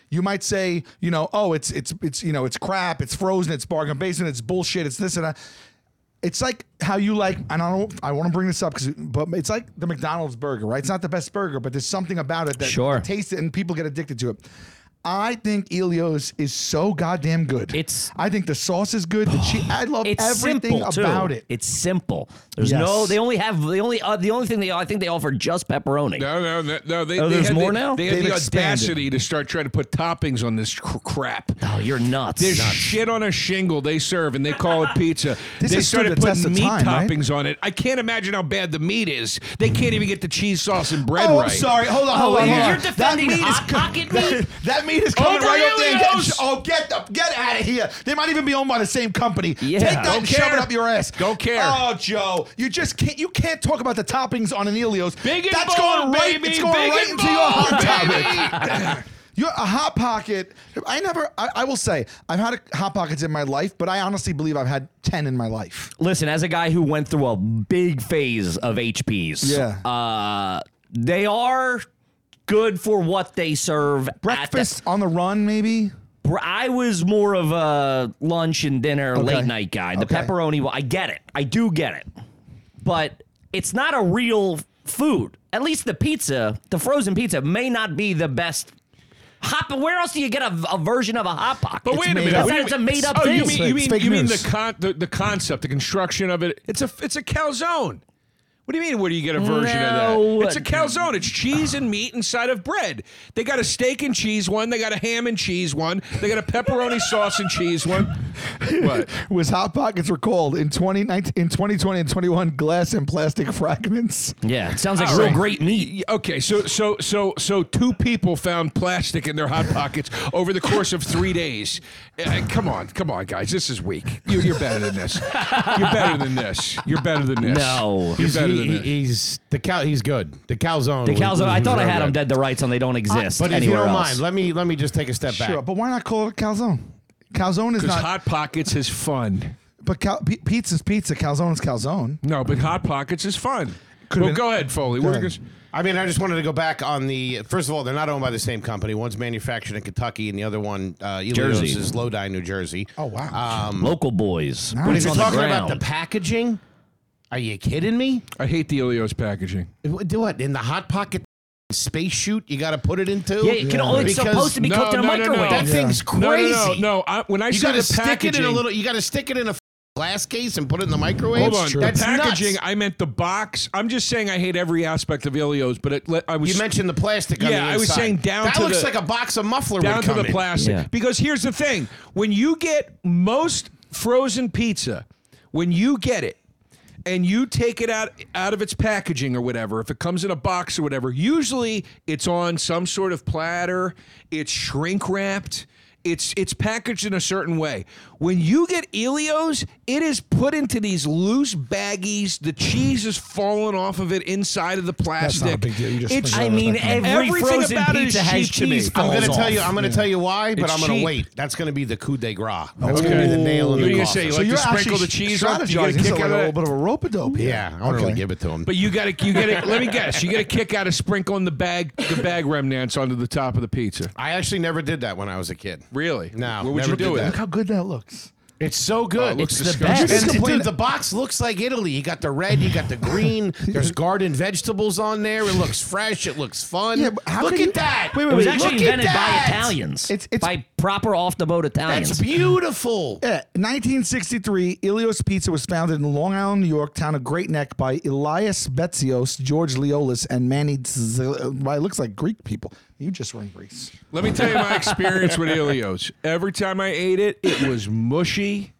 You might say, you know, oh, it's it's it's you know, it's crap. It's frozen. It's bargain basement. It's bullshit. It's this and that. It's like how you like, and I don't. I want to bring this up because, but it's like the McDonald's burger, right? It's not the best burger, but there's something about it that Sure. you taste it and people get addicted to it. I think Elio's is so goddamn good. It's- I think the sauce is good. The cheese. I love <sighs> It's <laughs> everything simple too. about it. It's simple. There's Yes. no. They only have the only uh, the only thing they I think they offer just pepperoni. no, no, no, no. They, Oh, they there's had more the, now? They had They've the expanded. audacity to start trying to put toppings on this cr- crap. Oh, you're nuts. There's Nuts. shit on a shingle they serve and they call it <laughs> pizza. This they has stood started the test putting of meat time, right? toppings on it. I can't imagine how bad the meat is. They can't even get the cheese sauce and bread oh, right. I'm sorry. Hold on. Hold Oh, on. you're Hold on. defending that meat hot is co- pocket that- meat? That, meat is coming Over right up there. and getting- Elio's! oh, get up, get out of here. They might even be owned by the same company. Yeah. Take that Don't and shove care. it up your ass. Don't care. Oh, Joe, you just can't. You can't talk about the toppings on an Elio's. Big and That's bold, going right. baby. It's going Big right and into your hot bold, topic. You're a hot pocket. I never. I, I will say I've had a, hot pockets in my life, but I honestly believe I've had ten in my life. Listen, as a guy who went through a big phase of HPs, Yeah. uh, they are good for what they serve. at the- Breakfast on the run, maybe. Br- I was more of a lunch and dinner late night guy. The Okay. pepperoni, well, I get it. I do get it. But it's not a real food. At least the pizza, the frozen pizza, may not be the best. Hot, where else do you get a, a version of a hot pocket? But wait a made minute. up. wait It's minute. a made up oh, thing. You mean, you It's mean, fake you mean news. the, con- the the concept, the construction of it? It's a it's a calzone. What do you mean? Where do you get a version of No. that? It's a calzone. It's cheese and meat inside of bread. They got a steak and cheese one. They got a ham and cheese one. They got a pepperoni <laughs> sauce and cheese one. What? Was Hot Pockets were called in 2019, in 2020 and 21 glass and plastic fragments? Yeah, it sounds like All real right. great meat. Y- Okay, so so so so two people found plastic in their hot pockets over the course of three days. Uh, come on, come on, guys, this is weak. You, you're better than this. You're better than this. You're better than this. No. you're He's, better he, than he- this. he's the cow. He's good. The calzone. The was- cows. was I thought I really had them good. dead to rights, and they don't exist But if you anywhere don't else. mind, let me let me just take a step back. Sure, but why not call it a calzone? Calzone is Because not, hot pockets is fun. but cal- pi- pizza's pizza. Calzone is calzone. No, but hot pockets is fun. Could've well, been- go ahead, Foley. We're ahead. gonna- I mean, I just wanted to go back on the. First of all, they're not owned by the same company. One's manufactured in Kentucky, and the other one, uh, Elio's Jersey. is Lodi, New Jersey. Oh wow! Local boys. But Boots if you're on the talking about the ground. packaging, are you kidding me? I hate the Elio's packaging. What- Do what in the hot pocket space chute? You got to put it into? yeah, it can only, it's Because supposed to be No, cooked in a no, no, no. microwave. That Yeah. thing's No, crazy. No, no, no. I, when I You said got to the stick it in a packaging- little. You got to stick it in a glass case and put it in the microwave. Hold on, That's the packaging. Nuts. I meant the box. I'm just saying I hate every aspect of Elio's, but it, let- I was You mentioned the plastic. on Yeah, the I was inside. saying down That to looks the- like a box of muffler. down would to come the in. plastic. Yeah. Because here's the thing: when you get most frozen pizza, when you get it and you take it out out of its packaging or whatever, if it comes in a box or whatever, usually it's on some sort of platter. It's shrink wrapped. It's it's packaged in a certain way. When you get Elio's, it is put into these loose baggies. The cheese is falling off of it inside of the plastic. not a big deal. You just It's- sprinkle I mean, every Everything frozen about it is pizza has cheap to me. cheese. I'm I'm falls gonna off. tell you. I'm gonna tell you why, but Oh, It's I'm gonna cheap. Oh, wait. That's gonna be the coup de grace. That's gonna Okay. be the nail in What the are you gonna coffin. say? You like to sprinkle the cheese on? Do you strategizing. get a It's kick like a out of little that? bit of a rope a dope. yeah, I don't really give it to him. But you got to you get it. let me guess. You got to kick out a sprinkle in the bag the bag remnants onto the top of the pizza. I actually never did that when I was a kid. Really? No. What would never you do did with that. Look how good that looks. It's so Oh, good. it looks It's the disgusting. best. And Just dude, complain- the box looks like Italy. You got the red, you got <laughs> the green. There's garden vegetables on there. It looks fresh. It looks fun. Yeah, but how Look at can you- that. Wait, wait, It was wait, Look actually at invented by that. Italians. It's- it's- by proper off the boat Italians. That's beautiful. Yeah, 1963, Eh, Ilios Pizza was founded in Long Island, New York, town of Great Neck, by Elias Betzios, George Leolis, and Manny. uh, Z- well, it looks like Greek people. You just were in Greece. Let me tell you my experience with Elio's. Every time I ate it, it was mushy.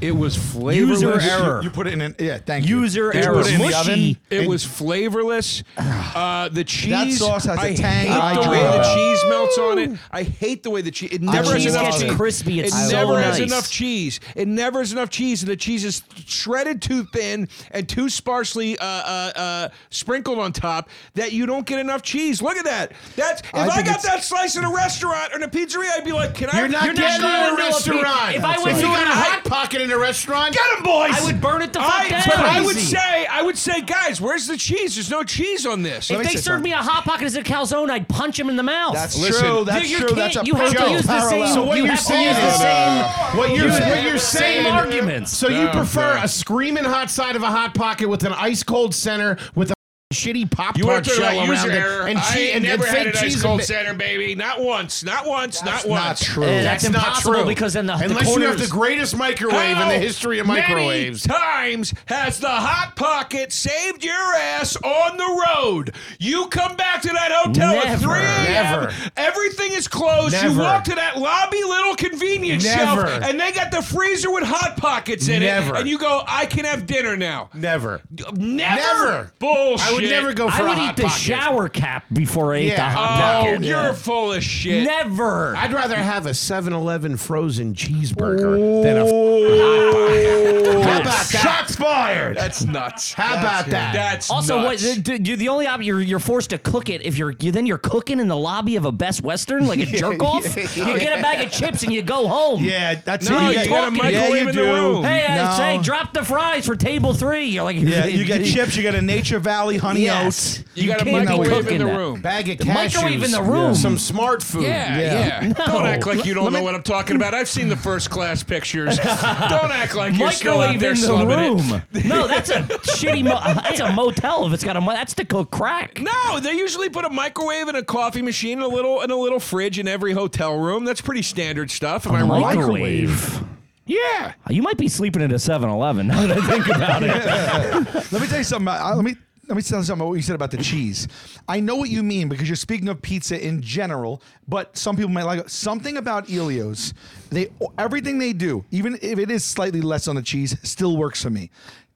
It was flavorless. User error. You put it in. An, yeah, thank you. User It error. was in the Mushy. oven? It was flavorless. Uh, the cheese. sauce has a I tang I Hate the dream way the about. cheese melts on it. I hate the way the cheese. It never cheese has enough gets cheese. crispy. It's it so never has nice. enough cheese. It never has enough cheese, and the cheese is shredded too thin and too sparsely uh, uh, uh, sprinkled on top that you don't get enough cheese. Look at that. That's if I I, think got it's- that slice in a restaurant or in a pizzeria, I'd be like, "Can I?" You're not You're not getting going in a to a restaurant. pe- if I went you to got a a hot hot- pocket in a restaurant, Get 'em, boys! I would burn it the fuck I, down. but I would Crazy. say, I would say, guys, where's the cheese? There's no cheese on this. if they say served me a hot pocket as a calzone, I'd punch him in the mouth. Listen, true. Dude, That's you true. can't- That's a you have to perfect use the same. parallel. So what you you're have to saying use the is- same. What you're, Yeah. what you're saying? Same arguments. So you No, prefer no. a screaming hot side of a hot pocket with an ice cold center with a shitty pop You want tart to talk shell about user around it error? and I cheese ain't and, never and had fake an cheese ice and cold ba- center, baby. Not once. Not once. not Not once. true. Eh, that's not impossible true. because then the- the unless you have corners- the greatest microwave How in the history of microwaves. Many times has the hot pocket saved your ass on the road? You come back to that hotel at Never. 3 a.m. Never. Everything is closed. You Never. walk to that lobby little convenience Never. shelf, and they got the freezer with hot pockets in Never. it. And you go, I can have dinner now. Never. Never. Never. Bullshit. I would never go for I a would hot eat the pocket. shower cap before I ate the Yeah. Oh, hot pocket. you're full of shit. Never. I'd rather have a 7-Eleven frozen cheeseburger than a f- How about that? Shots fired. That's nuts. How about that? That's Also, what nuts. the, the, the only option you're, you're forced to cook it if you're you, then you're cooking in the lobby of a Best Western like a jerk off. you get a bag of chips and you go home. Yeah, that's No, you got a talking- microwave Yeah, you in the do. room. Hey, I No. say drop the fries for table three. You're like, Yeah, you get <laughs> chips. You got a Nature Valley honey Yes. oats. you, got a can't be microwave cooking in the that. room. Bag of The cashews. microwave in the room. Some smart food. Yeah, yeah. Don't act like you don't know what I'm talking about. I've seen the first class <laughs> pictures. don't act like you're still out Microwave there in the slumming room. it. <laughs> no, that's a shitty. Mo- uh, that's a motel. If it's got a, mo- that's to cook crack. No, they usually put a microwave and a coffee machine and a little and a little fridge in every hotel room. That's pretty standard stuff. Am I wrong? microwave. Yeah. You might be sleeping at a 7-Eleven <laughs> now that I think about it. Let me tell you something. About, I- let me let me tell you something about what you said about the cheese. I know what you mean because you're speaking of pizza in general, but some people might like it. something about Elio's. They everything they do, even if it is slightly less on the cheese, still works for me.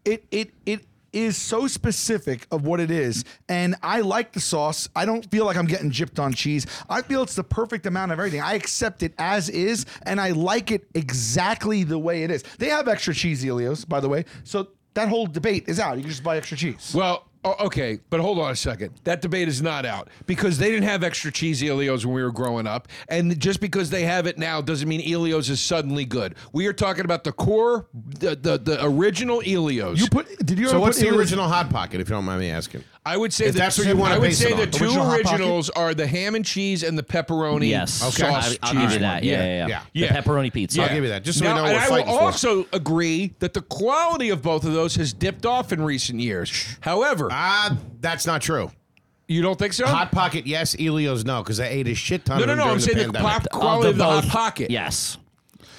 It it it is so specific of what it is and i like the sauce i don't feel like i'm getting gypped on cheese i feel it's the perfect amount of everything i accept it as is and i like it exactly the way it is they have extra cheese elios by the way so that whole debate is out. You can just buy extra cheese. Well, o- okay, but hold on a second. That debate is not out because they didn't have extra cheese Elios when we were growing up, and just because they have it now doesn't mean Elios is suddenly good. We are talking about the core, the the, the original Elios. You put? Did you So ever what's put the Elio's- original Hot Pocket, if you don't mind me asking? I would say If the- that's what you wanna I would base say it the on. two Original Hot Pocket? originals are the ham and cheese and the pepperoni. yes. sauce I, I'll cheese give you one. that. Yeah, yeah, yeah. yeah, The yeah. pepperoni pizza. I'll give you that, just so we know and we're I will fighting for. also agree that the quality of both of those has dipped off in recent years. However, Ah, that's not true. you don't think so? Hot Pocket, yes. Elio's, no, because I ate a shit ton no, of no, them no. during I'm the saying the pandemic. pop quality of the hot both- pocket. Yes.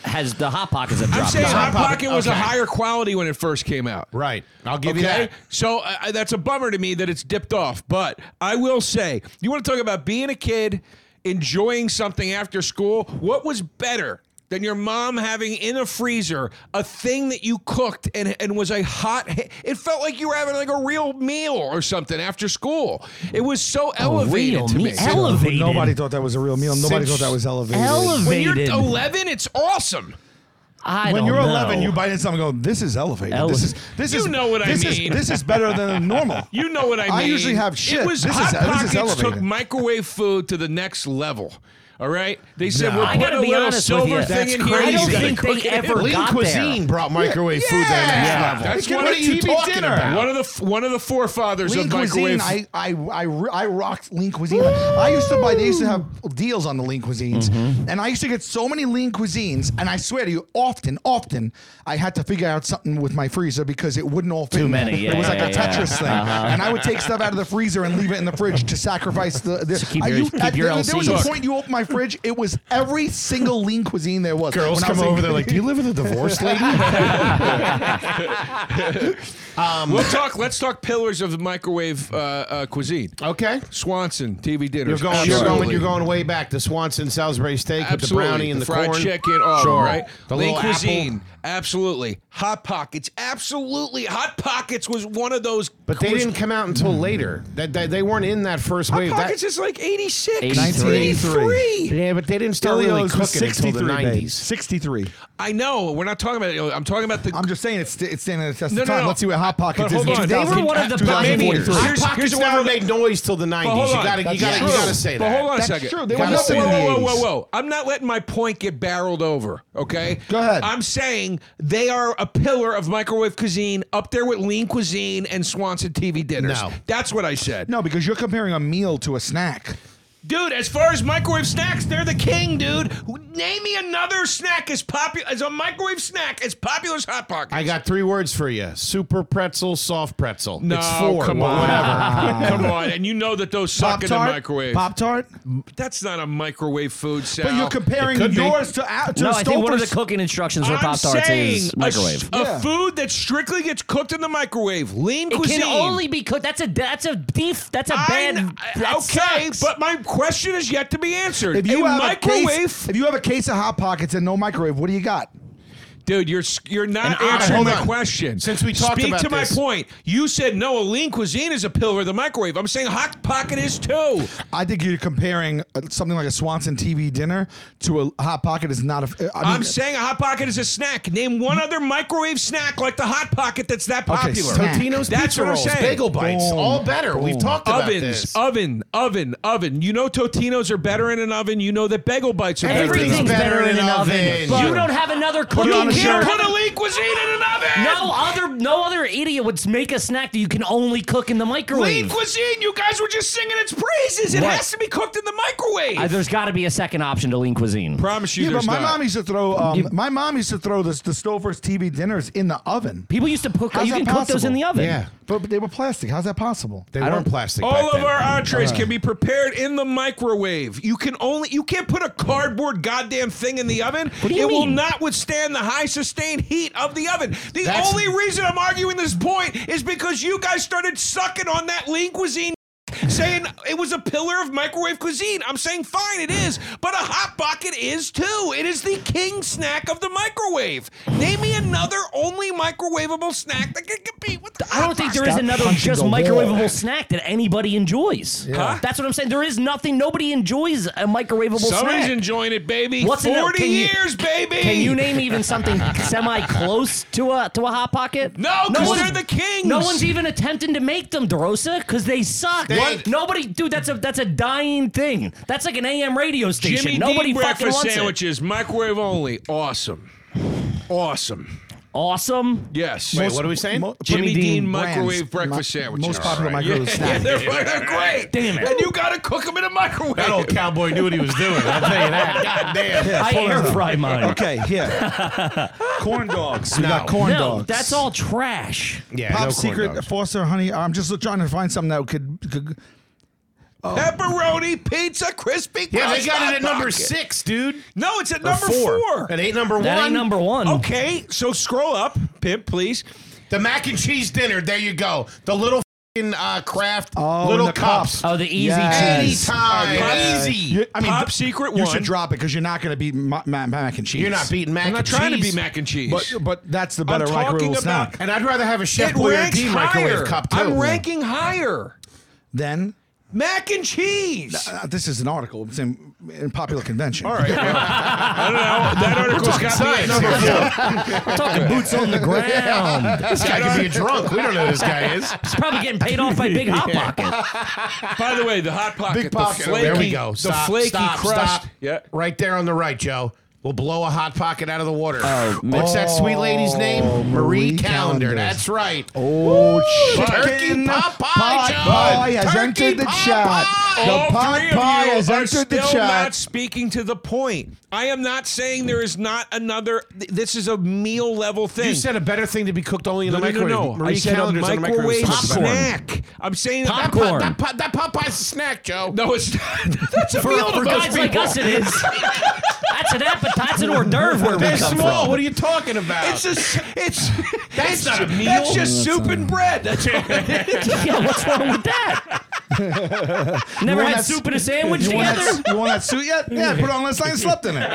Has the hot pockets have dropped I'm saying off. Hot Hot Pocket, Pocket, was a okay. higher quality when it first came out. Right. I'll give Okay. you that. So uh, I- that's a bummer to me that it's dipped off. But I will say, you want to talk about being a kid, enjoying something after school? What was better? Than your mom having in a freezer a thing that you cooked and, and was a hot. hi- It felt like you were having like a real meal or something after school. It was so elevated real to me. meal. Elevated. Nobody thought that was a real meal. Nobody Since- thought that was elevated. Elevated. When you're 11, it's awesome. I when don't you're know. 11, you bite into something. and Go. This is elevated. Elevated. This is. This You is. know what I this mean. Is, this is better <laughs> than normal. You know what I mean. I usually have shit. It was This is- hot this is pockets took elevated. microwave food to the next level. All right, they said No. we'll I put gotta a be little honest with silver you. thing That's in crazy. here. I don't He's gotta think cook they it. ever Lean got Cuisine there. brought microwave food to the next Yeah. level. That's It can what be you TV talking dinner. about? One of the f- one of the forefathers Lean of microwave. cuisine. I I I, re- I rocked lean cuisine. I used to buy. They used to have deals on the lean cuisines, Mm-hmm. and I used to get so many lean cuisines. And I swear to you, often, often, I had to figure out something with my freezer because it wouldn't all fit. Too in many, there. yeah, it was like yeah, a yeah. Uh-huh. Tetris thing, and I would take stuff out of the freezer and leave it in the fridge to sacrifice the. the keep I your- used- keep at- your there, there was a LCs. point you opened my fridge. It was every single lean cuisine there was. Girls When <laughs> I come was in- over, they're like, "Do you live with a <laughs> divorced lady?" we'll talk. Let's talk pillars of the microwave uh, uh, cuisine. okay. Swanson TV dinner. You're going, you're going, you're going way back. The Swanson Salisbury steak with the Absolutely. brownie and the, fried corn. chicken, all sure. right. The Lean little cuisine, apple. absolutely. Hot pockets, absolutely. Hot pockets was one of those. But they was- didn't come out Mm. until later. That they, they weren't in that first Hot wave. That- pockets is like 86, 1983. yeah, but they didn't start really Elio's was cooking until the 63, babe. nineties. 63. I know. We're not talking about. it. I'm talking about the. I'm just saying it's, st- it's standing the test No, of no, time. no. Let's see what Hot But Pockets is. hold in on. 2000 They were one of the pioneers. 2043. Hot Here's- here's pockets what never I'm- made noise till the But hold nineties. on. You gotta, you That's gotta, you true. gotta say But that. hold on That's a second. true. There was Gotta nothing say- in the whoa, whoa, whoa, 80s. whoa, whoa. I'm not letting my point get barreled over. Okay. Go ahead. I'm saying they are a pillar of microwave cuisine, up there with lean cuisine and Swanson TV dinners. No. That's what I said. No, because you're comparing a meal to a snack. Dude, as far as microwave snacks, they're the king, dude. Name me another snack as popular as a microwave snack as popular as hot pockets. I got three words for you: super pretzel, soft pretzel. no, it's four, come but on, whatever. come on, and you know that those suck in the microwave. Pop Tart. That's not a microwave food, Sal. But you're comparing It could be. yours to out to No, a I think one of the Stouffer's- cooking instructions for I'm Pop Tarts saying is a microwave. s- A, Yeah. food that strictly gets cooked in the microwave, lean It cuisine. can only be cooked. That's a that's a beef. That's a I bad. kn- that okay, sucks. but my question is yet to be answered. If you a have microwave, a case, if you have a case of Hot Pockets and no microwave, what do you got? dude, you're s- you're not And, uh, answering hold my on. question. Since we talked speak about to this- my point, you said no. A lean cuisine is a pillar of the microwave. I'm saying hot pocket is too. I think you're comparing uh, something like a Swanson TV dinner to a Hot Pocket is not a. uh, I mean, I'm saying a hot pocket is a snack. Name one other microwave snack like the hot pocket that's that Okay, popular. snack. Totino's That's pizza what I'm rolls, saying. bagel bites, Boom. all better. We've Boom. talked about ovens, this. oven, oven, oven. You know Totinos are better in an oven. You know that bagel bites are better in Everything's an oven. better in an oven. But- you don't have another cooking. on a kit. shirt. Put a lean cuisine in an oven. No other no other idiot would make a snack that you can only cook in the Lean microwave. cuisine, you guys were just singing its praises. It What? has to be cooked in the microwave. Uh, there's got to be a second option to lean cuisine. promise you, yeah, but there's my not. mom used to throw. Um, my mom used to throw this, the Stouffer's TV dinners in the oven. People used to cook. How's you that can cook those in the possible? oven. yeah, But, but they were plastic. How's that possible? they weren't plastic. All back of then. our entrees can be prepared in the microwave. You can only you can't put a cardboard goddamn thing in the oven. do you it will mean? not withstand the high sustained heat of the oven. The That's- only reason I'm arguing this point is because you guys started sucking on that lean cuisine. Saying it was a pillar of microwave cuisine. I'm saying fine, it is, but a hot pocket is too. It is the king snack of the microwave. Name me another only microwavable snack that can compete with. The I don't think there is Stop another punching just the wall. microwavable snack that anybody enjoys. Huh? That's what I'm saying. There is nothing. Nobody enjoys a microwavable Somebody's snack. enjoying it, baby. What's in it? Forty Can you- years, baby. Can you name even something semi close to a to a hot pocket? No, 'cause one's- they're the kings. No one's even attempting to make them, Derosa, because they suck. They- Nobody, dude, that's a that's a dying thing. That's like an AM radio station. Jimmy Nobody D fucking breakfast wants it. sandwiches, microwave only. Awesome. Awesome. Awesome. Yes. Wait, what are we saying? Jimmy, Jimmy Dean, Dean microwave brands. Mi- breakfast sandwiches. most popular All right. microwave yeah, <laughs> snack. Yeah, they're, they're great. Damn it. And you gotta cook them in a microwave. That old cowboy knew what he was doing. I'll tell <laughs> you that. God damn. I air fry mine. Okay, here. corn dogs. We got corn no, dogs. that's all trash. Yeah, Pop no corn secret dogs. Foster honey. I'm just trying to find something that could. could Pepperoni pizza crispy. Yeah, they crust got hot it at number pocket. six, dude. No, it's at Or number four. It ain't number That one. ain't number one. Okay, so scroll up, pimp, please. The mac and cheese dinner. There you go. The little fing uh, craft Oh, little and the cups. Oh, the easy Yes. cheese. Anytime. Yeah. Easy. You- I mean, Top th- secret You one. should drop it because you're not going to beat ma- ma- mac and cheese. You're not beating mac I'm not and trying to be cheese. mac and cheese. But but that's the better I'm microwave talking about- snack. And I'd rather have a Chef it ranks Boyardee higher. microwave cup, too. I'm ranking higher. Then Mac and cheese. uh, this is an article it's in, in popular convention. All right. I don't know. That article's got me at Science. number Talking boots on the ground. This guy could be a drunk. We don't know who this guy is. He's probably getting paid off by Big Hot Pocket. By the way, the hot pocket, Big the pocket. flaky, there we go. the Stop, flaky stop, crust. Stop. Yeah. Right there on the right, Joe. We'll blow a hot pocket out of the water. What's that sweet lady's name? Marie, Oh, Marie Calendar. Calendar. That's right. Oh, Turkey chicken pot pie, pot John. pie has Turkey entered the pot chat. pie. The All pot three pie of has you are still entered the chat. not speaking to the point. I am not saying there is not another. th- This is a meal level thing. You said a better thing to be cooked only in no, the no, no, microwave. no. Marie I said a Callender's on the microwave microwave popcorn. snack. I'm saying that- That, Popcorn. pot, that, pot, that Popeye's a snack, Joe. No, it's not. <laughs> That's a For- meal for to those guys Guys like people. us, it is. That's an appetizer. That's an hors d'oeuvre where They're we come small. from. What are you talking about? It's just, it's, That's it's, not a <laughs> meal. That's just soup and bread. That's all it is. yeah, what's wrong with that? Never want had that soup and a sandwich You want, together. that, you want that suit yet? Yeah, put it on last night and slept in <laughs> it.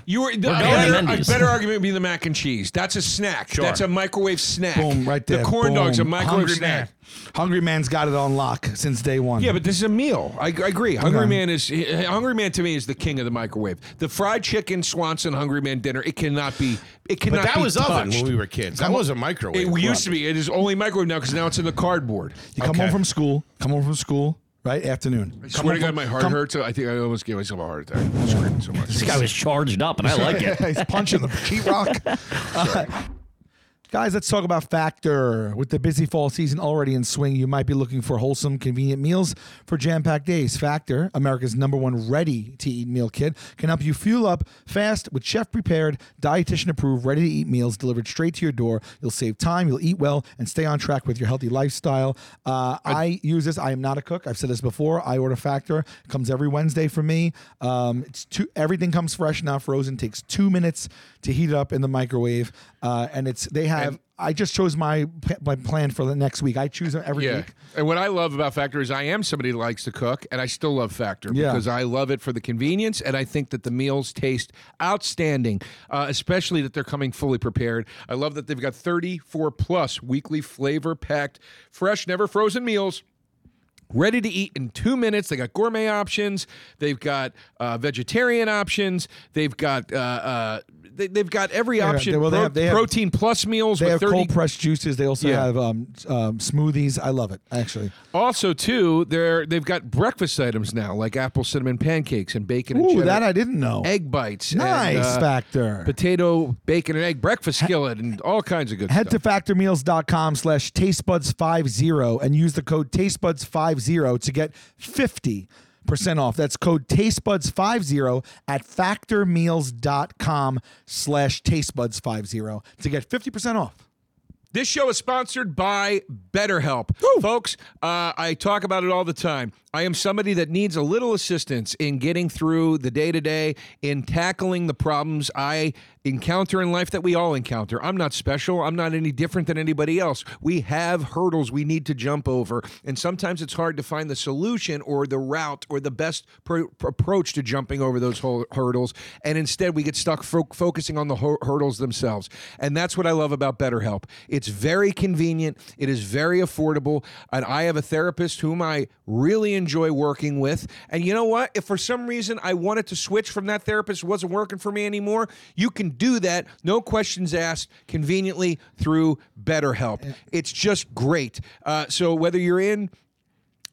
<laughs> You were, the, a, going to better, a Mendy's. better argument would be the mac and cheese. That's a snack. That's a microwave snack. Boom, right there. The corn dog's a Boom. microwave Hungry snack. Man. Hungry man's got it on lock since day one. Yeah, but this is a meal. I, I agree. Hungry Okay. Man is Hungry Man to me is the king of the microwave. The fried chicken Swanson Hungry Man dinner. It cannot be. It cannot but that be was touched. oven when we were kids. That wasn't microwave. It used to be. It is only microwave now because now it's in the cardboard. you come home from school. Come home from school. Right afternoon. I swear to God, my heart hurts. I think I almost gave myself a heart attack. I'm screaming so much. This guy was charged up, and I like <laughs> it. He's punching the sheetrock. Uh, Guys, let's talk about Factor. With the busy fall season already in swing, you might be looking for wholesome, convenient meals for jam packed days. Factor, America's number one ready to eat meal kit, can help you fuel up fast with chef prepared, dietitian approved, ready to eat meals delivered straight to your door. You'll save time, you'll eat well, and stay on track with your healthy lifestyle. Uh, I, use this. I am not a cook. I've said this before. I order Factor. It comes every Wednesday for me. Um, it's two, everything comes fresh, not frozen. Takes two minutes to heat it up in the microwave, uh, and it's they have. I just chose my p- my plan for the next week. I choose it every Yeah. week. And what I love about Factor is I am somebody who likes to cook, and I still love Factor Yeah. because I love it for the convenience, and I think that the meals taste outstanding, uh, especially that they're coming fully prepared. I love that they've got 34 plus weekly flavor packed, fresh, never frozen meals ready to eat in two minutes. They got gourmet options. They've got uh, vegetarian options. They've got uh, uh, they, they've got every option. they- well, they Pro- have- they have- protein plus meals They with have 30 cold pressed juices. They also Yeah. have um, um, smoothies. I love it actually. Also, too, they're they've got breakfast items now, like apple cinnamon pancakes and bacon and Ooh, cheddar, that I didn't know. egg bites, and, Nice uh, Factor. potato, bacon, and egg breakfast skillet, and all kinds of good Head stuff. to factormeals.com slash tastebuds50 and use the code tastebuds50 to get 50% off. That's code tastebuds50 at factormeals.com slash tastebuds50 to get 50% off. This show is sponsored by BetterHelp. Folks, uh, I talk about it all the time. I am somebody that needs a little assistance in getting through the day to day, in tackling the problems I encounter in life that we all encounter. I'm not special. I'm not any different than anybody else. We have hurdles we need to jump over. And sometimes it's hard to find the solution or the route or the best pro- pro- approach to jumping over those hol- hurdles. And instead, we get stuck fo- focusing on the hur- hurdles themselves. And that's what I love about BetterHelp. It's very convenient, it is very affordable. And I have a therapist whom I really enjoy working with. And you know what? If for some reason I wanted to switch from that therapist, it wasn't working for me anymore, you can do that, no questions asked, conveniently through BetterHelp. It's just great. Uh, so whether you're in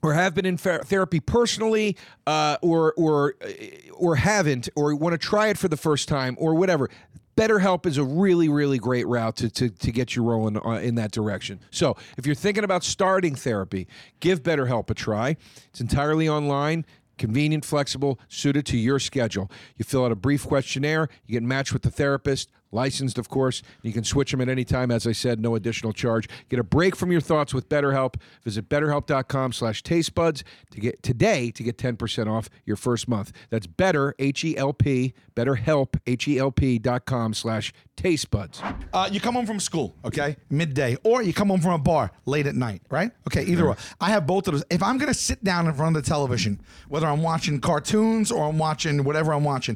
or have been in fer- therapy personally, uh, or or uh, or haven't, or want to try it for the first time, or whatever. BetterHelp is a really, really great route to, to, to get you rolling uh, in that direction. So, if you're thinking about starting therapy, give BetterHelp a try. It's entirely online, convenient, flexible, suited to your schedule. You fill out a brief questionnaire, you get matched with the therapist, licensed, of course. You can switch them at any time, as I said, no additional charge. Get a break from your thoughts with BetterHelp. Visit betterhelp.com slash tastebuds to get today to get 10% off your first month. That's better, H-E-L-P, betterhelp, H-E-L-P dot com slash tastebuds. Uh, you come home from school, okay, midday, or you come home from a bar late at night, right? Okay, either way, I have both of those. If I'm gonna sit down in front of the television, whether I'm watching cartoons or I'm watching whatever I'm watching,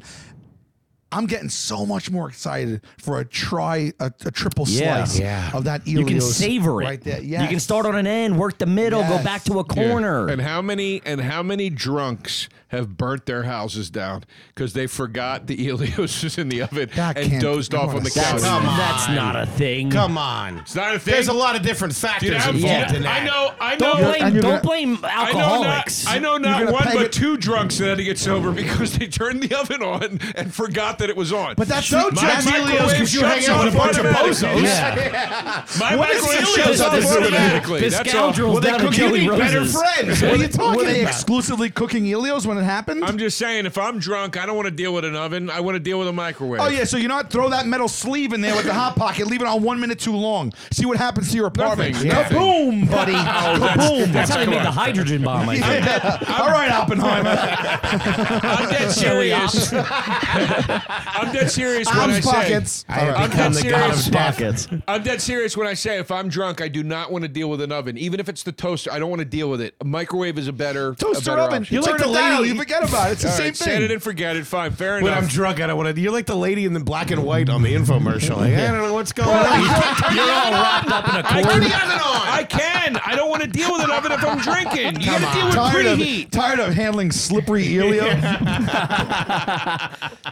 I'm getting so much more excited for a try a, a triple Yeah. slice Yeah. of that. Elios You can savor it. right there. Yeah, You can start on an end, work the middle, Yes. go back to a corner. And how many and how many drunks have burnt their houses down because they forgot the Elios is in the oven That and can't- dozed off what on a the sad- couch? That's, Come on. that's not a thing. Come on. It's not a thing. There's a lot of different factors Dude, I'm- involved Yeah. in that. I know, I know. Don't blame, and you're don't gonna- blame I know not, alcoholics. <laughs> I know You're not gonna one, pay but it- two drunks that had to get sober because they turned the oven on and forgot that it was on. But that's So the- Jack My Elios microwave gives you shuts hanging out with a off bunch of automatically. <laughs> bozos. My What is microwave this shuts show off that this is about? automatically. The That's all. scoundrels Well, they down at could you Jelly be better Roses. friends. What are you Were talking they about? exclusively cooking Elios when it happened? I'm just saying, if I'm drunk, I don't want to deal with an oven. I want to deal with a microwave. Oh yeah, so you not throw that metal sleeve in there with the hot pocket, leave it on one minute too long. See what happens to your apartment. Nothing, nothing. <laughs> Kaboom, buddy. Kaboom. That's how they Come made on. the hydrogen bomb. I think. All right, Oppenheimer. I'm dead serious. I'm dead serious when I Arms say. pockets. I have All right. become dead the god serious. of death. I'm dead serious when I say if I'm drunk, I do not want to deal with an oven, even if it's the toaster. I don't want to deal with it. A microwave is a better a Toaster better oven. option. You You're turn like it the down. lady- You forget about it. It's the All same right, Set it thing. and forget it. Fine, fair When enough. I'm drunk, I don't want to. You're like the lady in the black and white <laughs> on the infomercial. Like, I don't know what's going on. You're all wrapped up in a I cord. I can. I don't want to deal with an oven if I'm drinking. You got to deal with Tired preheat. of, tired of handling slippery Elio? You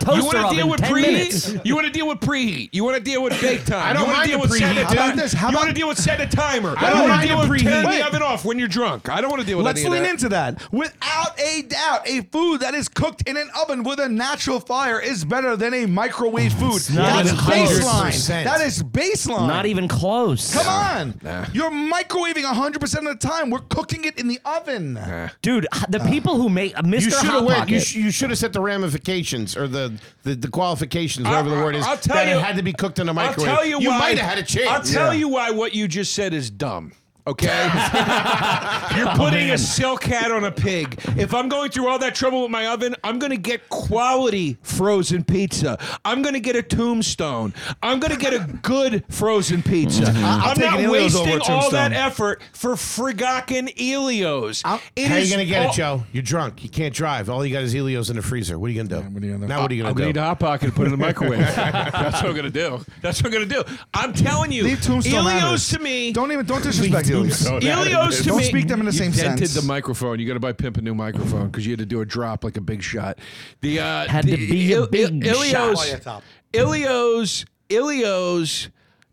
Toaster want to deal oven, with 10 preheat? minutes. You want to deal with preheat? You want to deal with bake time? I don't you want mind to deal the with preheat. setting a How about time- this? How you want to about- deal with set a timer? I don't don't want to mind deal the with turning preheat. the oven off when you're drunk. I don't <laughs> want to deal with Let's any lean of that. into that. Without a doubt, a food that is cooked in an oven with a natural fire is better than a microwave food. not That's even close. baseline. 100%. That is baseline. Not even close. Come on. You're microwaving 100% of the time. We're cooking it in the oven. Dude, h- the people who make uh, You Mr. should have Hot went. You, Pocket. sh- you should have set the ramifications or the the, the qualifications, whatever the word is. I'll tell that you- it had to be cooked in a I'll microwave. tell you, why. might have had a chance. I'll tell you why what you just said is dumb. <laughs> Okay, <laughs> you're Oh, putting a silk hat on a pig. If I'm going through all that trouble with my oven, I'm going to get quality frozen pizza. I'm going to get a tombstone. I'm going to get a good frozen pizza. Mm-hmm. I'm take not an Elio's over wasting a all that Tombstone. effort for friggin' Elios. It How are is you gonna get all- it, Joe? You're drunk. You can't drive. All you got is Helios in the freezer. What are you gonna do? what are you gonna do? now what are you I'm gonna gonna eat do? a hot pocket and put it in the <laughs> microwave. That's what I'm gonna do. That's what I'm gonna do. I'm telling you, Leave tombstone out of Ilios this. to me. Don't even don't disrespect Elios. Ilios to Don't me. speak them in the you same dented sense. the microphone. You got to buy Pimp a new microphone because you had to do a drop like a big shot. The uh, Had to the- be a big shot. Oh, yeah, Ilios, Ilios, Ilios.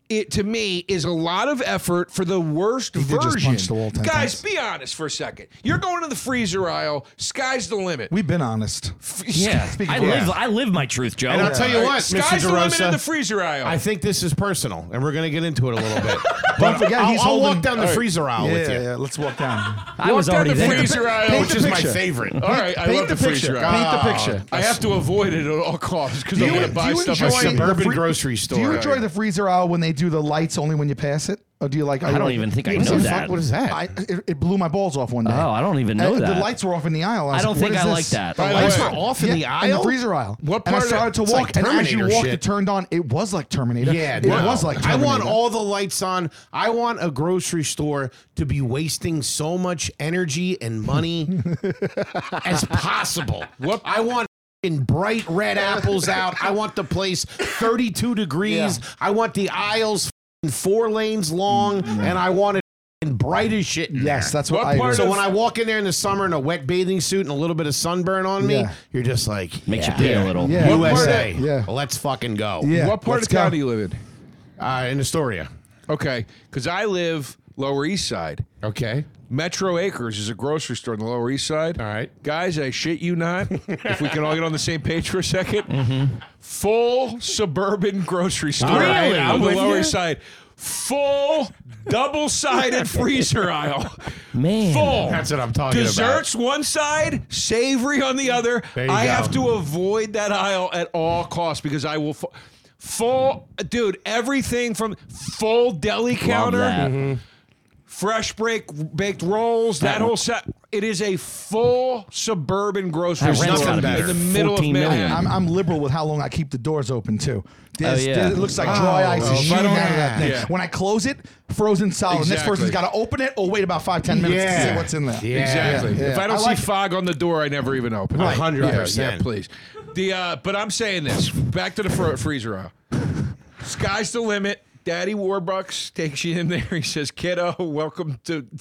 It to me is a lot of effort for the worst did just version. punch the wall 10 Guys, times. be honest for a second. You're going to the freezer aisle. Sky's the limit. We've been <laughs> honest. yeah, Speaking I of live. that. I live my truth, Joe. And I'll tell you what, Mr. Sky's the limit in the DeRosa. freezer aisle. I think this is personal, and we're gonna get into it a little bit. Don't forget, I'll, he's I'll holding. walk down the freezer aisle yeah, with you, yeah, yeah. Let's walk down. I was Walk down already the there. freezer uh, aisle, Paint which the which is my picture. favorite. All right, I Paint love the, the freezer. picture. aisle. Paint the picture. I have to avoid it at all costs because I'm you- going to do buy you stuff. enjoy I suburban free- grocery store? Do you enjoy the freezer aisle when they do the lights only when you pass it? Or do you like? I don't even think I What is know the that. fuck? What is that? I, it, it blew my balls off one day. Oh, I don't even know And that. The lights were off in the aisle. I, was I don't like, what think I is this? like that. The Oh, lights wait. were off in the Yeah, aisle. In the freezer aisle. What and I part of that- started to it's walk, like and as you Terminator walked, shit. it turned on. It was like Terminator. Yeah, it no. was like. I Terminator. want all the lights on. I want a grocery store to be wasting so much energy and <laughs> money as possible. What- I want in bright red apples out. I want the place 32 degrees. I want the aisles f***ing four lanes long, and I want it f***ing bright as shit. in Mm, Yes, there. that's what, What I. part So of- when I walk in there in the summer in a wet bathing suit and a little bit of sunburn on me, Yeah. you're just like Makes you yeah, pee a little. Yeah. What part USA, of- Yeah. let's fucking go. yeah, what part let's of town go. do you live in? Uh, in Astoria. Okay, because I live Lower East Side. Okay. Metro Acres is a grocery store on the Lower East Side. All right. Guys, I shit you not. if we can all get on the same page for a 2nd Mm-hmm. Full suburban grocery store Really? on I'm the with Lower ya. East Side. Full <laughs> double sided freezer aisle. Man. Full. That's what I'm talking about. Desserts one side, savory on the other. There you I go. have to avoid that aisle at all costs because I will. Fu- full. Dude, everything from full deli counter that. Mm-hmm. fresh break, baked rolls, that, That- whole set. It is a full suburban grocery That store rent's gotta be in the middle of 14 million. Manhattan. I'm, I'm liberal with how long I keep the doors open too. There's- Oh, yeah. there's- it looks like Oh, dry ice well, is shooting but- out of that thing. Yeah. When I close it, frozen solid. Next Exactly. person's got to open it or wait about five ten minutes to see Yeah. what's in there. Yeah. Exactly. yeah. If I don't I see like it. fog on the door, I never even open. it. Right. 100%. Yeah, yeah, please. The uh, but I'm saying this. Back to the fro- freezer aisle. Sky's the limit. Daddy Warbucks takes you in there. He says, "Kiddo, welcome to." <laughs>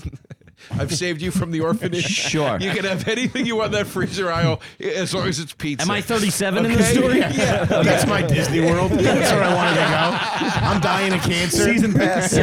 I've saved you from the orphanage. Sure. You can have anything you want in that freezer aisle as long as it's pizza. Am I 37 in the Okay? story? <laughs> <laughs> Yeah. That's my Disney World. That's where I wanted to <laughs> go. I'm dying of cancer. Season pass.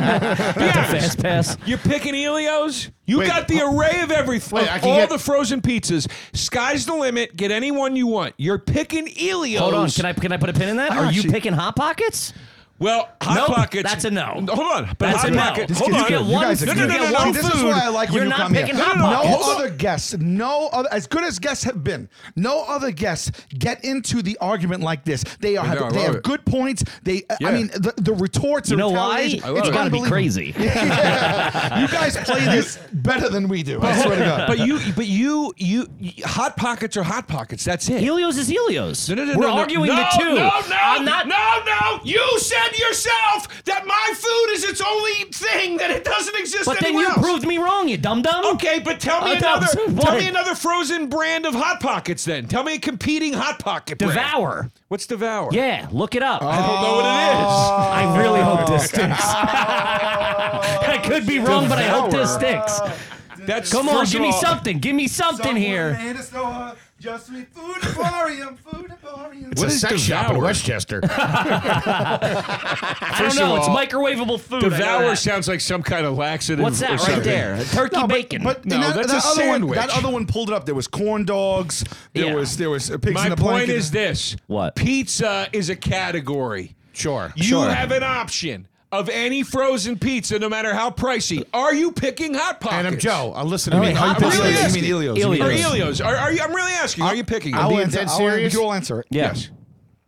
That's a fast pass. You're picking Elio's. You Wait, got the array of everything. Wait, I can all get- the frozen pizzas. Sky's the limit. Get any one you want. You're picking Elio's. Hold on. Can I can I put a pin in that? Are you actually- picking hot pockets? Well, hot Nope, pockets. that's a no. Hold on. But That's hot a no. pocket. This Hold kid's on. good. You guys are no, good. no, no, You no, get no. one This is what I like when You're you not come here. picking No, hot no, no, pockets. other guests. No other. As good as guests have been, no other guests get into the argument like this. They are. I know, I they love have it. good points. They. Yeah. I mean, the, the retorts. You and know why? retaliation, It's love It's it. gotta be unbelievable. crazy. Yeah. <laughs> you guys play this better than we do. I swear to God. But you, but you, you, you, hot pockets are hot pockets. That's it. Helios is Helios. No, no, no, We're no, no. arguing no, the two. No, no, I'm not. No, no. You said yourself that my food is its only thing that it doesn't exist But then anywhere you else. proved me wrong, you dum dum. Okay, but tell me I thought another. it was Tell me fine. another frozen brand of hot pockets. Then tell me a competing hot pocket. brand. Devour. What's devour? Yeah, look it up. I don't I know what it is. really hope this stinks. <laughs> I could be wrong, but I hope this stinks. That's Come on, first give of me all- something. Give me something here. Made us so hard, just sweet food aquarium, food aquarium. It's a sex shop in Westchester. I don't First of know. It's all, microwavable food. I know Devour that. sounds like some kind of laxative. What's or that right something. there? Turkey No, but- bacon. But, No, that, that's that a other sandwich. One, that other one pulled it up. There was corn dogs. There Yeah. was there was uh, pigs My in a point blanket. is this: What? pizza is a category. Sure. You Sure. have an option of any frozen pizza, no matter how pricey. Are you picking hot pockets? And I'm Joe. I'm listening to me. Wait, how you I'm pick really Elio's? You Elio's. asking. mean Elio's? Or Elio's? Are, are you? I'm really asking. Are you picking? them? I'll I'll Being answer. dead I'll answer. serious? You'll answer it. yeah. yes.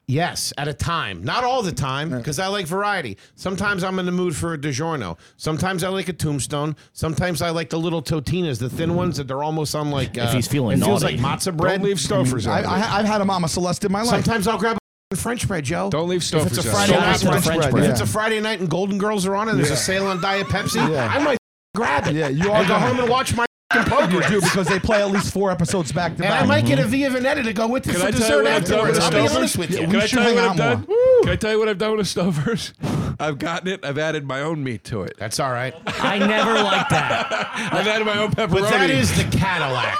Yes, at a time. Not all the time, because I like variety. Sometimes I'm in the mood for a DiGiorno. Sometimes I like a tombstone. Sometimes I like the little totinas, the thin ones that they're almost on like. Uh, he's feeling it feels naughty. like matzo bread. Mm-hmm. Don't leave Stouffer's out. I, of it. I, I've had a mama celeste in my life. Sometimes I'll grab a French bread, Joe. Don't leave If it's Stouffer's a out. Friday night, Stouffer's and French French bread. bread, If it's yeah. a Friday night and Golden Girls are on and there's a sale on Diet Pepsi, I might grab it. Yeah, you are and go gonna- home and watch my you program. do because they play at least four episodes back to And back. I might get a Via Veneta to go with it Can for I tell you dessert what I've done with afterwards. a I'll be honest Stouffer's? with Yeah, you. we Can I should tell you hang what out I've done? more. Can I tell you what I've done with Stouffer's? <laughs> I've gotten it. I've added my own meat to it. That's all right. I never liked <laughs> that. I've added my own pepperoni. But that is the Cadillac.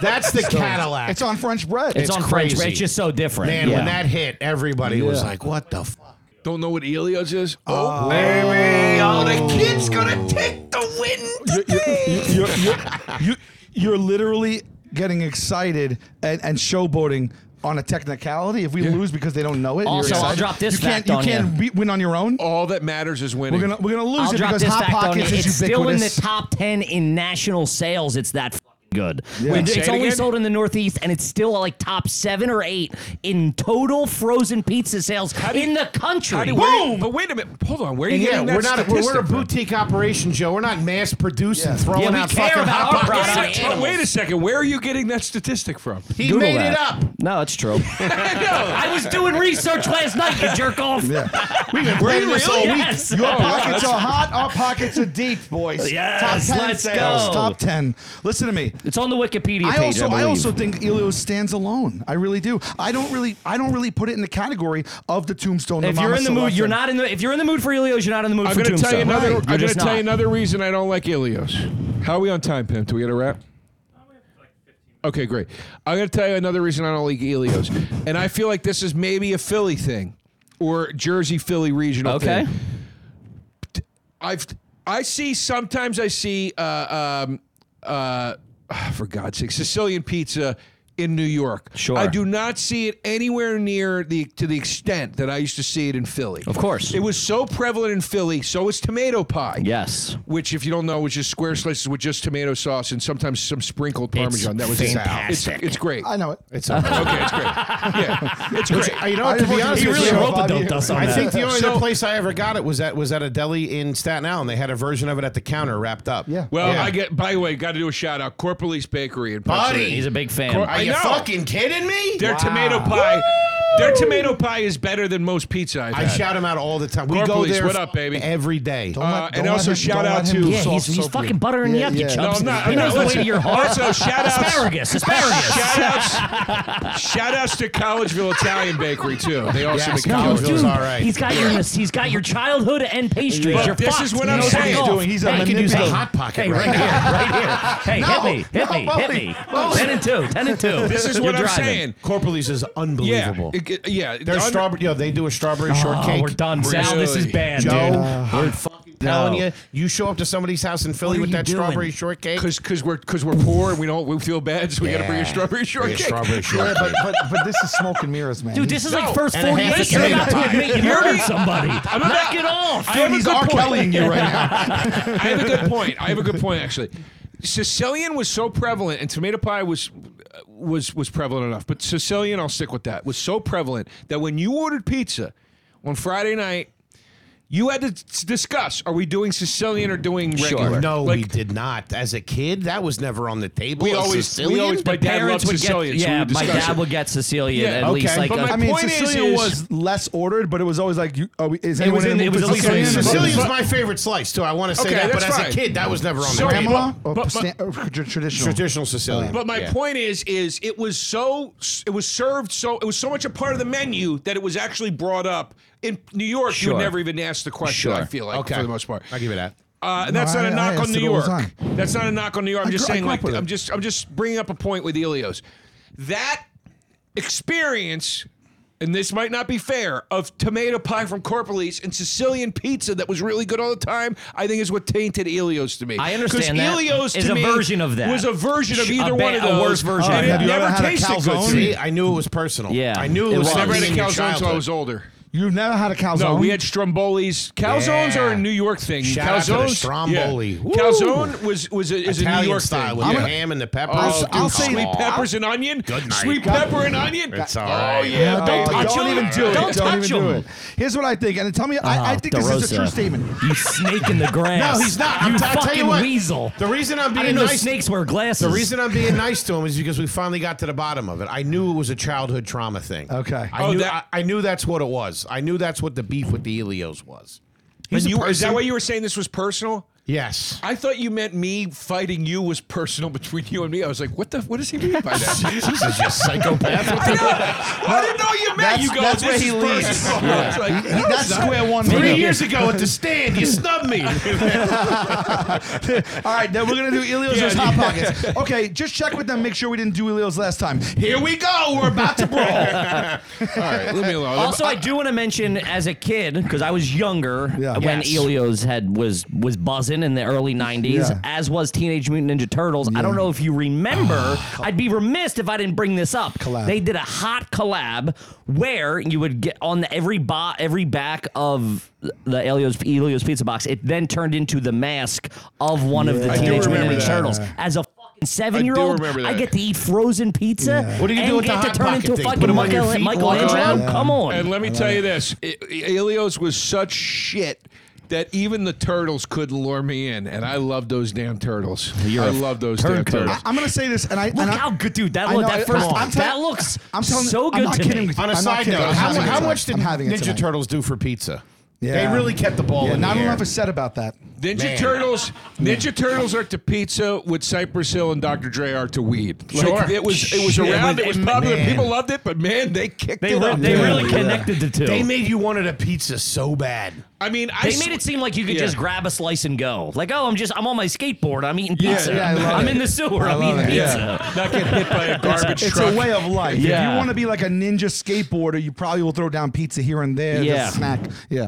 That's the Cadillac. It's on French bread. It's, It's on French. crazy. It's just so different. Man, yeah. when that hit, everybody was like, "What the fuck?" Don't know what Elio's is? Oh, Baby, all the kids gonna take the wind. you're, you're, <laughs> you're, you're, you're literally getting excited and, and showboating on a technicality. If we lose because they don't know it, you're Also, I'll excited. drop this You can't fact you on can't ya. be- win on your own. Oh. All that matters is winning. We're gonna we're gonna lose I'll it drop because this hot fact on you. It's pockets is ubiculous. still in the top ten in national sales. It's that fucking good. Yeah. We- Say it It's only again? sold in the Northeast, and it's still like top seven or eight in total frozen pizza sales do you- in the country. How do you- where do you- but wait a minute. Hold on. Where are you And yeah, getting that we're not we're, we're a statistic from? boutique operation, Joe. We're not mass produced and Yeah. throwing Yeah, we out care fucking about hot our pockets. product. Wait a- animals. Wait a second. Where are you getting that statistic from? He Google made that. it up. No, it's true. <laughs> I was doing research last night, you jerk off. Yeah. We've been playing this all week. Yes. Our pockets are hot. Our pockets are deep, boys. Yes, top 10 let's sales, go. Top ten. Listen to me. It's on the Wikipedia page. I also I, believe. also think Elio stands alone. I really do. I don't really I don't really put it in the category of the tombstone. If you're Mama in the mood, Selassie. you're not in the. If you're in the mood for Elios, you're not in the mood I'm going for to Tombstone. tell you another. You're I'm going to just tell not. you another reason I don't like Ilios. How are we on time, Pimp? Do we get a wrap? Okay, great. I'm going to tell you another reason I don't like Elios, and I feel like this is maybe a Philly thing or Jersey Philly regional Okay. thing. I've I see sometimes I see uh, um, uh, for God's sake Sicilian pizza in New York. Sure. I do not see it anywhere near the to the extent that I used to see it in Philly. Of course. it was so prevalent in Philly. So is tomato pie. Yes. Which, if you don't know, was just square slices with just tomato sauce and sometimes some sprinkled parmesan. that was it. fantastic. It's, it's great. I know it. It's okay. Okay, it's great. <laughs> Yeah, it's great. You know, what, I to be fucking- honest he with really you, hope it don't dust on I think the only So- other place I ever got it was at was at a deli in Staten Island. They had a version of it at the counter wrapped up. Yeah. Well, Yeah. I get. By the way, got to do a shout out. Corporalese Bakery in Buddy! Pennsylvania. He's a big fan. Cor- Are I you know. fucking kidding me? Their tomato pie. Their tomato pie is better than most pizza I've I had. shout him out all the time. We go Corporalese, there what up, baby? every day. Uh, let- and don't also let him- shout don't out let to. him yeah, Salt, he's, he's salt, fucking yeah. buttering you up, you Yeah, yeah. no, chumps. I'm not. he I'm knows not. the way to listen. your heart. Also, shout outs. asparagus, asparagus. Shout outs. shout outs to Collegeville Italian Bakery too. They also make Yes, no, Collegeville. College Hill's dude, all right. he's got your he's got your childhood and pastries. But You're this fucked. is what He I'm knows how to saying. golf. Doing- he's a hey, he can do manipulator. some- Hot pocket Hey, right right here, right here. Hey, hit me, hit me, no, hit me. Ten and two, ten and two. This is what You're I'm driving. saying. Corporalese is unbelievable. Yeah, it- it- yeah. Their under- strawberry, yo, they do a strawberry Oh, shortcake. we're done, Sal. This is Really? bad, Joe, dude. I'm fucking telling you, you show up to somebody's house in Philly are with you that doing? strawberry shortcake. Cause, cause we're, cause we're poor and we don't, we feel bad, so we got to bring a Yeah. strawberry Bring a shortcake. Strawberry Yeah, shortcake. but, but but this is smoke and mirrors, man. Dude, <laughs> this is like No, first and a 40 half minutes. a You're about to tomato pie. admit you Hear murdered me? somebody. I'm not- Knock it off. I have a he's good R. point. Kellying you right now. <laughs> I have a good point. I have a good point actually. Sicilian was so prevalent, and tomato pie was was was prevalent enough. But Sicilian, I'll stick with that. Was so prevalent that when you ordered pizza on Friday night, you had to s- discuss: Are we doing Sicilian or doing regular? No, Like, we did not. As a kid, that was never on the table. We A always- we Sicilian? always- my The dad parents loves would Sicilian, so Get, we yeah, would my discuss dad it. would get Sicilian Yeah, at okay, least. Like, but a- my I mean, point is- Sicilian is- was less ordered, but it was always like, you, are we, is was anyone in- in the it mood was for at least in Sicilian? Sicilian's But- my favorite slice, too. I want to say Okay, that, but that's as fine. a kid, that was never on So- the table. Grandma Oh, But- or but- sta- or uh, tra- traditional? Traditional Sicilian. But my Yeah. point is, is it was so it was served so it was so much a part of the menu that it was actually brought up in New York. You Sure. would never even ask the question. I Sure. feel like Okay. for the most part. I'll give you that. Uh, and that's No, not a I- I knock on asked New it all York. the time. That's not a knock on New York. I'm I just grew- I saying, grew like, up with I'm it. just, I'm just bringing up a point with Elios. That experience, and this might not be fair, of tomato pie from Corporalese and Sicilian pizza that was really good all the time, I think is what tainted Elios to me. I 'Cause understand that Elios to is a me version of that. Was a version of A either one ba- of a those. worse version And of it that. never Have you ever had a tasted good. to me. See, I knew it was personal. Yeah. I knew it, It was. was. Never had a something in calzone until I childhood. was older. You've never had a calzone? No, we had Stromboli's. Calzones Yeah. are a New York thing. Shout out to the Calzones, Stromboli. Yeah. Woo. Calzone was was a, is a Italian New York style thing. with yeah. the ham and the peppers. Oh, I'll- I'll dude, say- sweet come on. peppers and onion. Good night. Sweet Got- pepper and onion. It's uh, all Oh right. yeah, No, baby. don't, Don't even do it. Don't touch even do him. it. Here's what I think, and tell me, Ah, I, I think this is a true statement. You snake in the grass. No, he's not. You I'm t- I tell fucking you what, weasel. The reason I'm I being didn't know nice. snakes wear glasses. the reason I'm being nice to him is because we finally got to the bottom of it. I knew it was a childhood trauma thing. Okay. I, Oh, knew, that- I, I knew that's what it was. I knew that's what the beef with the Elios was. And a you- Is that person. why you were saying this was personal? Yes. I thought you meant me fighting you was personal between you and me. I was like, what the? What does he mean by that? <laughs> Jesus, you psychopath. I, know. I didn't know you meant. That's- you go. that's this where he is leaves. personal. <laughs> I was like, no, That's it's not. square one. Three man. years ago at the stand, you snubbed me. All right, then we're gonna do Elio's versus Hot Pockets. Okay, just check with them, make sure we didn't do Elio's last time. Here we go. We're about <laughs> to brawl. All right, leave me alone. Also, I do want to mention as a kid because I was younger Yeah. when Yes. Elio's had was was buzzing in the early '90s, Yeah. as was Teenage Mutant Ninja Turtles. I don't know if you remember. <gasps> Ah, I'd be remiss if I didn't bring this up. Collab. They did a hot collab where you would get on every bo- every back of the Elio's Elio's pizza box. It then turned into the mask of one of the I do Teenage Mutant remember Ninja that. Turtles as a fucking seven year old, remember I that. get to eat frozen pizza. What are you gonna do and with the get Hot to turn Pocket into a thing? fucking Put 'em on your Michael, feet, walk Michelangelo? around? Um, Come on. And let me tell you this: I- Elio's was such shit that even the turtles couldn't lure me in, and I love those damn turtles. I love those damn turncoat. turtles. I, am gonna say this, and I Look and I, how good, dude. That I look, know, I- that first, I'm telling- that looks I'm telling so good I'm not to kidding me. with you. On a I'm not side kidding. note, I'm how, having it how tonight. much did I'm having it Ninja tonight. Turtles do for pizza? Yeah. They really kept the ball Yeah, in not the air. enough is said about that. Ninja Man. Turtles, Ninja Turtles are to pizza what Cypress Hill and Dr. Dre are to weed. Like, Sure. it was it was around, it was popular, Man. people loved it, but man, they kicked They, it re- up. they dude. really connected the two. They made you wanted a pizza so bad. I mean, I They s- made it seem like you could Yeah. just grab a slice and go. Like, oh, I'm just I'm on my skateboard. I'm eating Yeah, pizza. yeah, I love I'm it. in the sewer. I'm love eating it. pizza. <laughs> not get hit by a garbage It's truck. a way of life. If Yeah. you want to be like a ninja skateboarder, you probably will throw down pizza here and there. Yeah. Yeah. snack. Yeah.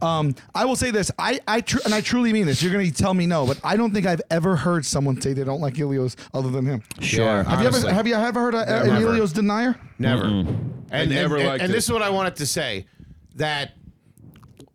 Um, I will say this. I, I tr- and I truly mean this. You're going to tell me no, but I don't think I've ever heard someone say they don't like Ilios other than him. Sure. Have you ever have you ever heard a, an Never. Ilios denier? Never. And, never and, liked and it. this is what I wanted to say that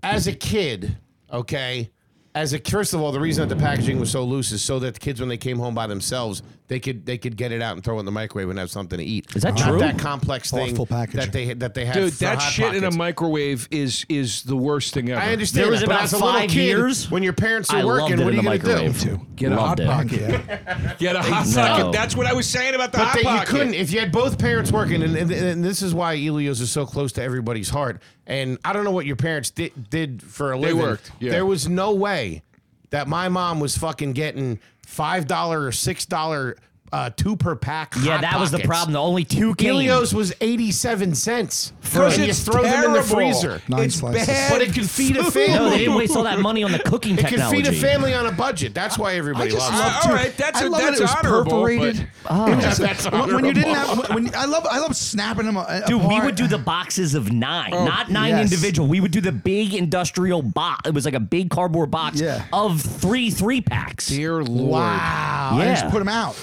as a kid, okay, as a first of all, the reason that the packaging was so loose is so that the kids when they came home by themselves, they could they could get it out and throw it in the microwave and have something to eat. Is that Not true? that complex thing Thoughtful that packaging. they that they had Dude, for that Hot shit in a Pockets. microwave is is the worst thing ever. I understand. There was that, but about as a little five kid, years, when your parents are I loved working. it What are in you the going microwave. to do? Get a hot Loved it. pocket. Get a hot No. pocket. That's what I was saying about the But hot they, you pocket. couldn't if you had both parents working, and, and, and this is why Elios is so close to everybody's heart. And I don't know what your parents did did for a living. worked, yeah. There was no way that my mom was fucking getting five dollar or six dollar uh, two per pack. Yeah, Hot that was the Pockets. problem. The only two came. Helios was eighty seven cents for Because and you it's throw them in the terrible. freezer. Nine it's slices. bad. But it could feed a food. No, they family. didn't waste all that money on the cooking It could technology. feed a family on a budget. That's why everybody loves love it. Uh, all right, that's- I love that's that it was honorable, perforated. Oh. It was- That's when, when you didn't honorable. have, when, I love, I love snapping them. a- Dude, we apart. Oh, would do the boxes of nine, not nine yes. individual. We would do the big industrial box. It was like a big cardboard box Yeah. of three three packs. Dear Lord. Wow. I just Yeah. put them out.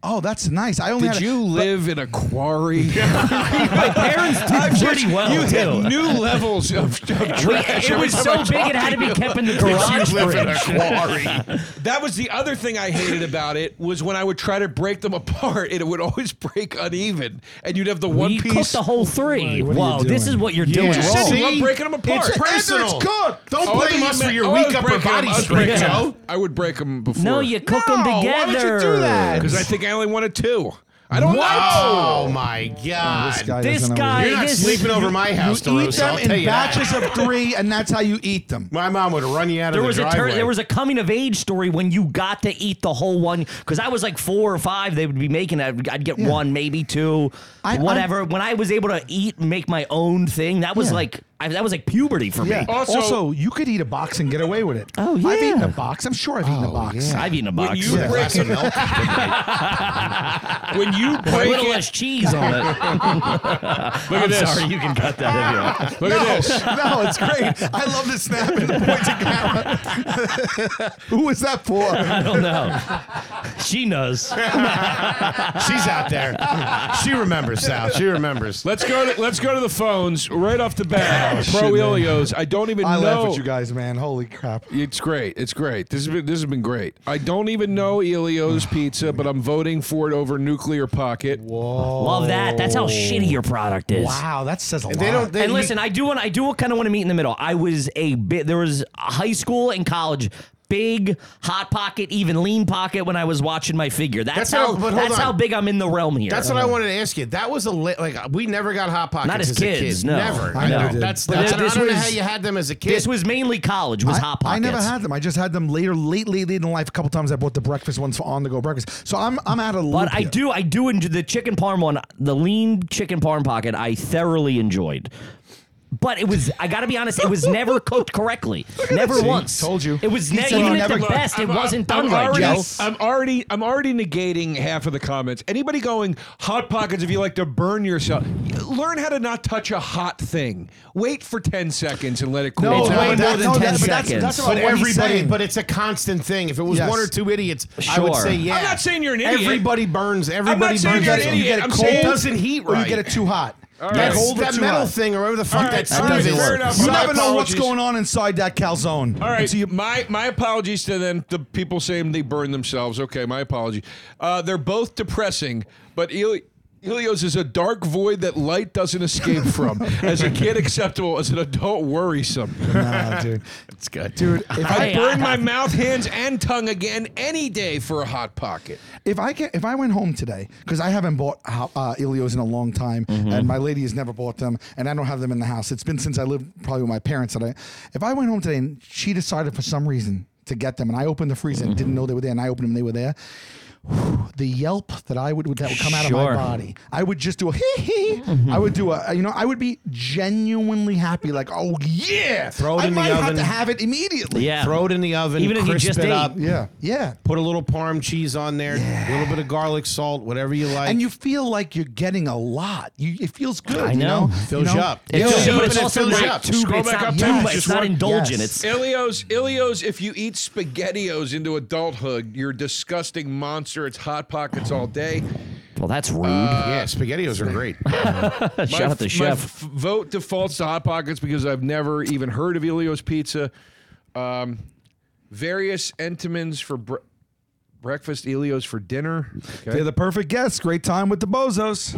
Oh, that's nice. I only Did had a- you live in a quarry? My parents <laughs> did pretty well you too. hit new levels of, of We- trash. it was so much big it had to <laughs> be kept in the garage fridge. <laughs> That was the other thing I hated about it was when I would try to break them <laughs> apart, it would always break uneven, and you'd have the one You cooked piece. the whole three. What are you Whoa, this is doing? what you're You doing just wrong. said you See? love breaking them apart. It's personal. Don't Oh, I blame mean, us for man, your oh, I weak would upper break 'em. body I would strength, break 'em. Joe. I would break them before. No, you cook them No, together. why would you do that? because I think I only wanted two. I don't know. Oh my god! This doesn't know what guy- You're not This- sleeping over my house, You eat DeRosa. I'll them tell in you that. batches of three, and that's how you eat them. My mom would run you out There of was the a driveway. tur- there was a coming of age story when you got to eat the whole one because I was like four or five. They would be making it. I'd get Yeah. one, maybe two, I- whatever. when I was able to eat, and make my own thing, that was Yeah. like I, that was like puberty for Yeah. me. Also- Also, you could eat a box and get away with it. Oh, I've yeah. Oh, eaten a box. I'm sure I've eaten a box. I've eaten a When box. you With break <laughs> it, when you a break little it, less cheese on <laughs> it. look at I'm this. sorry, you can cut that if <laughs> you want. Look at this. no, it's great. I love the snap and the point to camera. Who was that for? I don't know. She knows. She's out there. she remembers Sal. She remembers. Let's go. To, let's go to the phones right off the bat. Oh, Pro shit, man. Ilios. I don't even I know. Oh. laugh at you guys, man. Holy crap. It's great. It's great. This has been this has been great. I don't even know Elio's pizza, but I'm voting for it over Nuclear Pocket. Love that. That's how shitty your product is. Wow, that says a lot. They don't. They, and listen, I do want I do kind of want to meet in the middle. I was a bit there was high school and college big hot pocket, even lean pocket when I was watching my figure. That's, That's how how- but hold that's on. how big I'm in the realm here. that's what I wanted to ask you. That was a li- like we never got hot pockets Not as a kids, kid. no. Never. I never know. did. That's, But that's this I don't know was- how you had them as a kid. this was mainly college was hot I pockets. never had them. I just had them later, late, late, late in life. A couple times I bought the breakfast ones for on the go breakfast. So I'm I'm out of but I do, I do enjoy the chicken parm one, the lean chicken parm pocket. I thoroughly enjoyed, but it was, I got to be honest, it was never cooked correctly, never that. See? once. Told you. it was He ne- said even he at the never- best, it I'm- wasn't I'm done right. already- Joe. I'm already. I'm already negating half of the comments. Anybody going hot pockets? If you like to burn yourself, learn how to not touch a hot thing. Wait for ten seconds and let it cool. No, It's down. way more that- than no, 10 that- but that's- seconds. That's, about But what he's everybody, saying. but it's a constant thing. If it was Yes. one or two idiots, I would Sure. say yeah. I'm not saying you're an idiot. Everybody burns. Everybody saying burns. you're an it. idiot. It I'm cold saying- doesn't heat or right. you get it too hot. All right. Hold it that too metal high. thing or whatever the fuck All right, that all stuff right, is. fair enough. You My never know what's apologies. going on inside that calzone. All right. my my apologies to then the people saying they burned themselves. Okay, my apology. Uh, they're both depressing, but Eli- Helios is a dark void that light doesn't escape from. as a kid, acceptable. As an adult, worrisome. Nah, dude. It's good. Dude, if I I burn my mouth, hands, and tongue again any day for a hot pocket. if I can, if I went home today because I haven't bought ho- uh, Ilios in a long time, Mm-hmm. and my lady has never bought them, and I don't have them in the house. It's been since I lived probably with my parents that I. If I went home today and she decided for some reason to get them, and I opened the freezer and Mm-hmm. didn't know they were there, and I opened them, they were there. The yelp that I would that would come out of my Sure. body, I would just do a <laughs> hee hee. Mm-hmm. I would do a you know I would be genuinely happy like oh yeah. Throw it I in the might have oven. to have it immediately. <laughs> Yeah. Throw it in the oven. Even if you crisp just it ate. up. yeah, yeah. Put a little parm cheese on there. A little bit of garlic salt, whatever you like. and you feel like you're getting a lot. You, it feels good. I you know. know, Fills know? you up. It Yeah. feels Yeah, good, but it's but it also fills you not up. too. Scroll It's back not up too. top, much. just It's not one- indulgent. Yes. It's Ilios, Ilios, if you eat SpaghettiOs into adulthood, you're a disgusting monster. It's hot pockets all day. well, that's rude. <laughs> yeah, spaghettios are great. My Shout Uh, f- out to my chef. f- vote defaults to Hot Pockets because I've never even heard of Elio's Pizza. Um, various Entenmann's for br- breakfast, Elio's for dinner. Okay. They're the perfect guests. Great time with the bozos.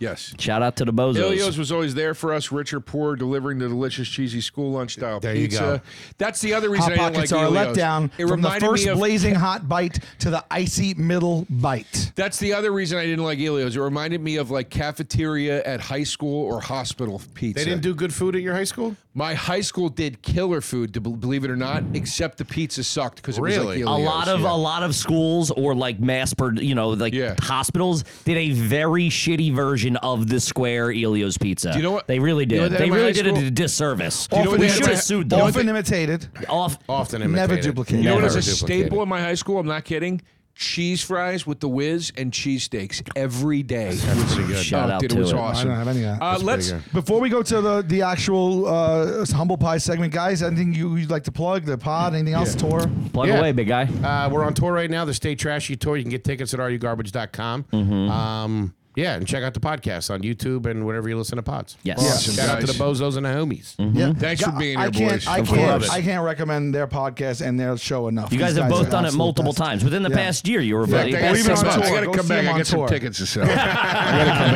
yes. Shout out to the bozos. Elio's was always there for us, rich or poor, delivering the delicious, cheesy school lunch style There you pizza. go. That's the other reason Hot I didn't pockets like are a Elio's. letdown It from the reminded first me of blazing hot bite to the icy middle bite. That's the other reason I didn't like Elio's. It reminded me of like cafeteria at high school or hospital pizza. They didn't do good food at your high school? My high school did killer food, to be- believe it or not, except the pizza sucked because it Really? was like A a Elio's. lot of yeah. a lot of schools or like mass per, you know like Yeah. hospitals did a very shitty version of the square Elio's pizza. you know what- they really you know did? that they in my high really did it school- a disservice. you know what we they should had- have sued them. Often imitated. Off- Often imitated. Never duplicated. You know what is Never a duplicated. staple in my high school? I'm not kidding. Cheese fries with the whiz and cheesesteaks every day. That's pretty good. Shout out dude, to it was it. awesome. I don't have any of that. Uh, let's. Before we go to the the actual uh, humble pie segment, guys, anything you, you'd like to plug? The pod? Anything else? Tour? plug Yeah. away, big guy. Uh, we're on tour right now, the Stay Trashy Tour. You can get tickets at rugarbage.com. Mm-hmm. Um, yeah, and check out the podcast on YouTube and wherever you listen to pods. Yes. Mm-hmm. Awesome, Shout out to the guys. bozos and the homies. Yeah. Thanks for being I here, can't, boys. I Of can't, course. I can't recommend their podcast and their show enough. You guys These have both are done it absolute multiple best. times within the Yeah. past year. You were Yeah, the they- best we've been six on months. tour. I gotta Go come see back. him I on got some tour. tickets to <laughs> sell.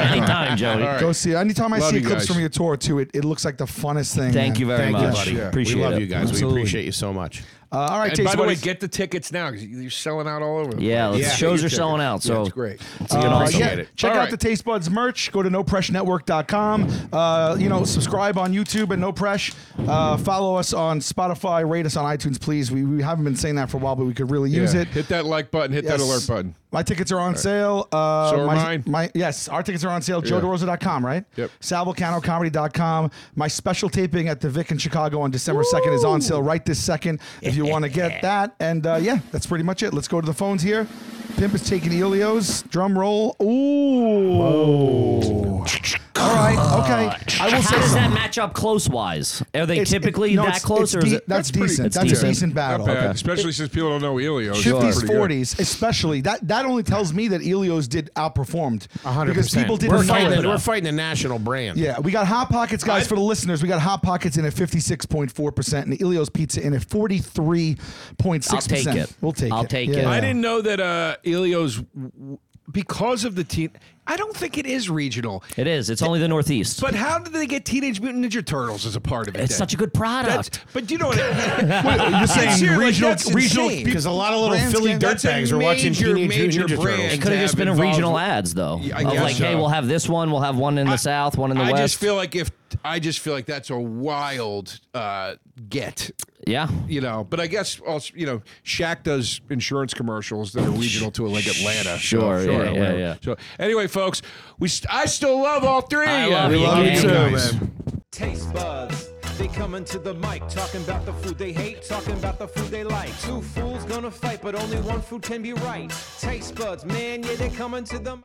Anytime, Joey. Go see. Anytime I Love see you clips guys. from your tour, too, it, it looks like the funnest thing. Thank man. you very Thank you, much. buddy. Appreciate we love it. you guys. Absolutely. We appreciate you so much. Uh, all right, And Taste by the way, Buddies. get the tickets now because you're selling out all over. the Yeah, place. the shows are selling out. So it's great. It's a good Uh, offer. yeah, Appreciate it. Check All out right. the Taste Buds merch. Go to nopreshnetwork.com. Uh, you know, subscribe on YouTube at No Presh. Uh, follow us on Spotify. Rate us on iTunes, please. We, we haven't been saying that for a while, but we could really use Yeah. it. Hit that like button. Hit that Yes. alert button. My tickets are on sale. Uh, So are my, mine. my- yes, our tickets are on sale. JoeDeRosa.com, right? Yep. SalVolcanoComedy.com. My special taping at the Vic in Chicago on December 2nd is on sale right this second if you want to get that. And uh, yeah, that's pretty much it. Let's go to the phones here. Pimp is taking Elio's. Drum roll. Ooh. All right. Okay. I will How say does that something. match up close wise? Are they It's- it- typically no, that it's- close, it's or is de- it? that's, pretty- decent. it's That's decent. a decent Not battle. bad, especially since people don't know Elio. so it's 50s, pretty good. 40s, especially that that only tells me that Elio's did outperformed because people didn't We're know fighting, that. the, we're fighting the national brand. Yeah, we got Hot Pockets, guys, I- for the listeners. We got Hot Pockets in at 56.4% and Elio's Pizza in at 43.6%. I'll take it. We'll take I'll it. take Yeah. it. I didn't know that uh, Elio's w- because of the teen. I don't think it is regional. It is. It's only the Northeast. But how did they get Teenage Mutant Ninja Turtles as a part of it? it's then? such a good That's, product. but you know what? <laughs> You're You're saying regional, regional Because a lot of little Brands Philly get- that's a dirtbags are watching major, Teenage major Mutant Ninja brand. Turtles. It could have just have been a regional involved- ads, though. Yeah, I of guess like, hey, so. we'll have this one, we'll have one in the south, one in the I west. just feel like if I just feel like that's a wild uh, get, yeah. you know. But I guess also, you know, Shaq does insurance commercials that are regional to like Atlanta. so Sure, yeah, yeah, whatever. yeah. So anyway, folks, we st- I still love all three. I of love you. you We love you guys. too, man. Taste buds. They coming to the mic, talking about the food they hate, talking about the food they like. Two fools gonna fight, but only one food can be right. Taste buds, man, yeah, they coming to the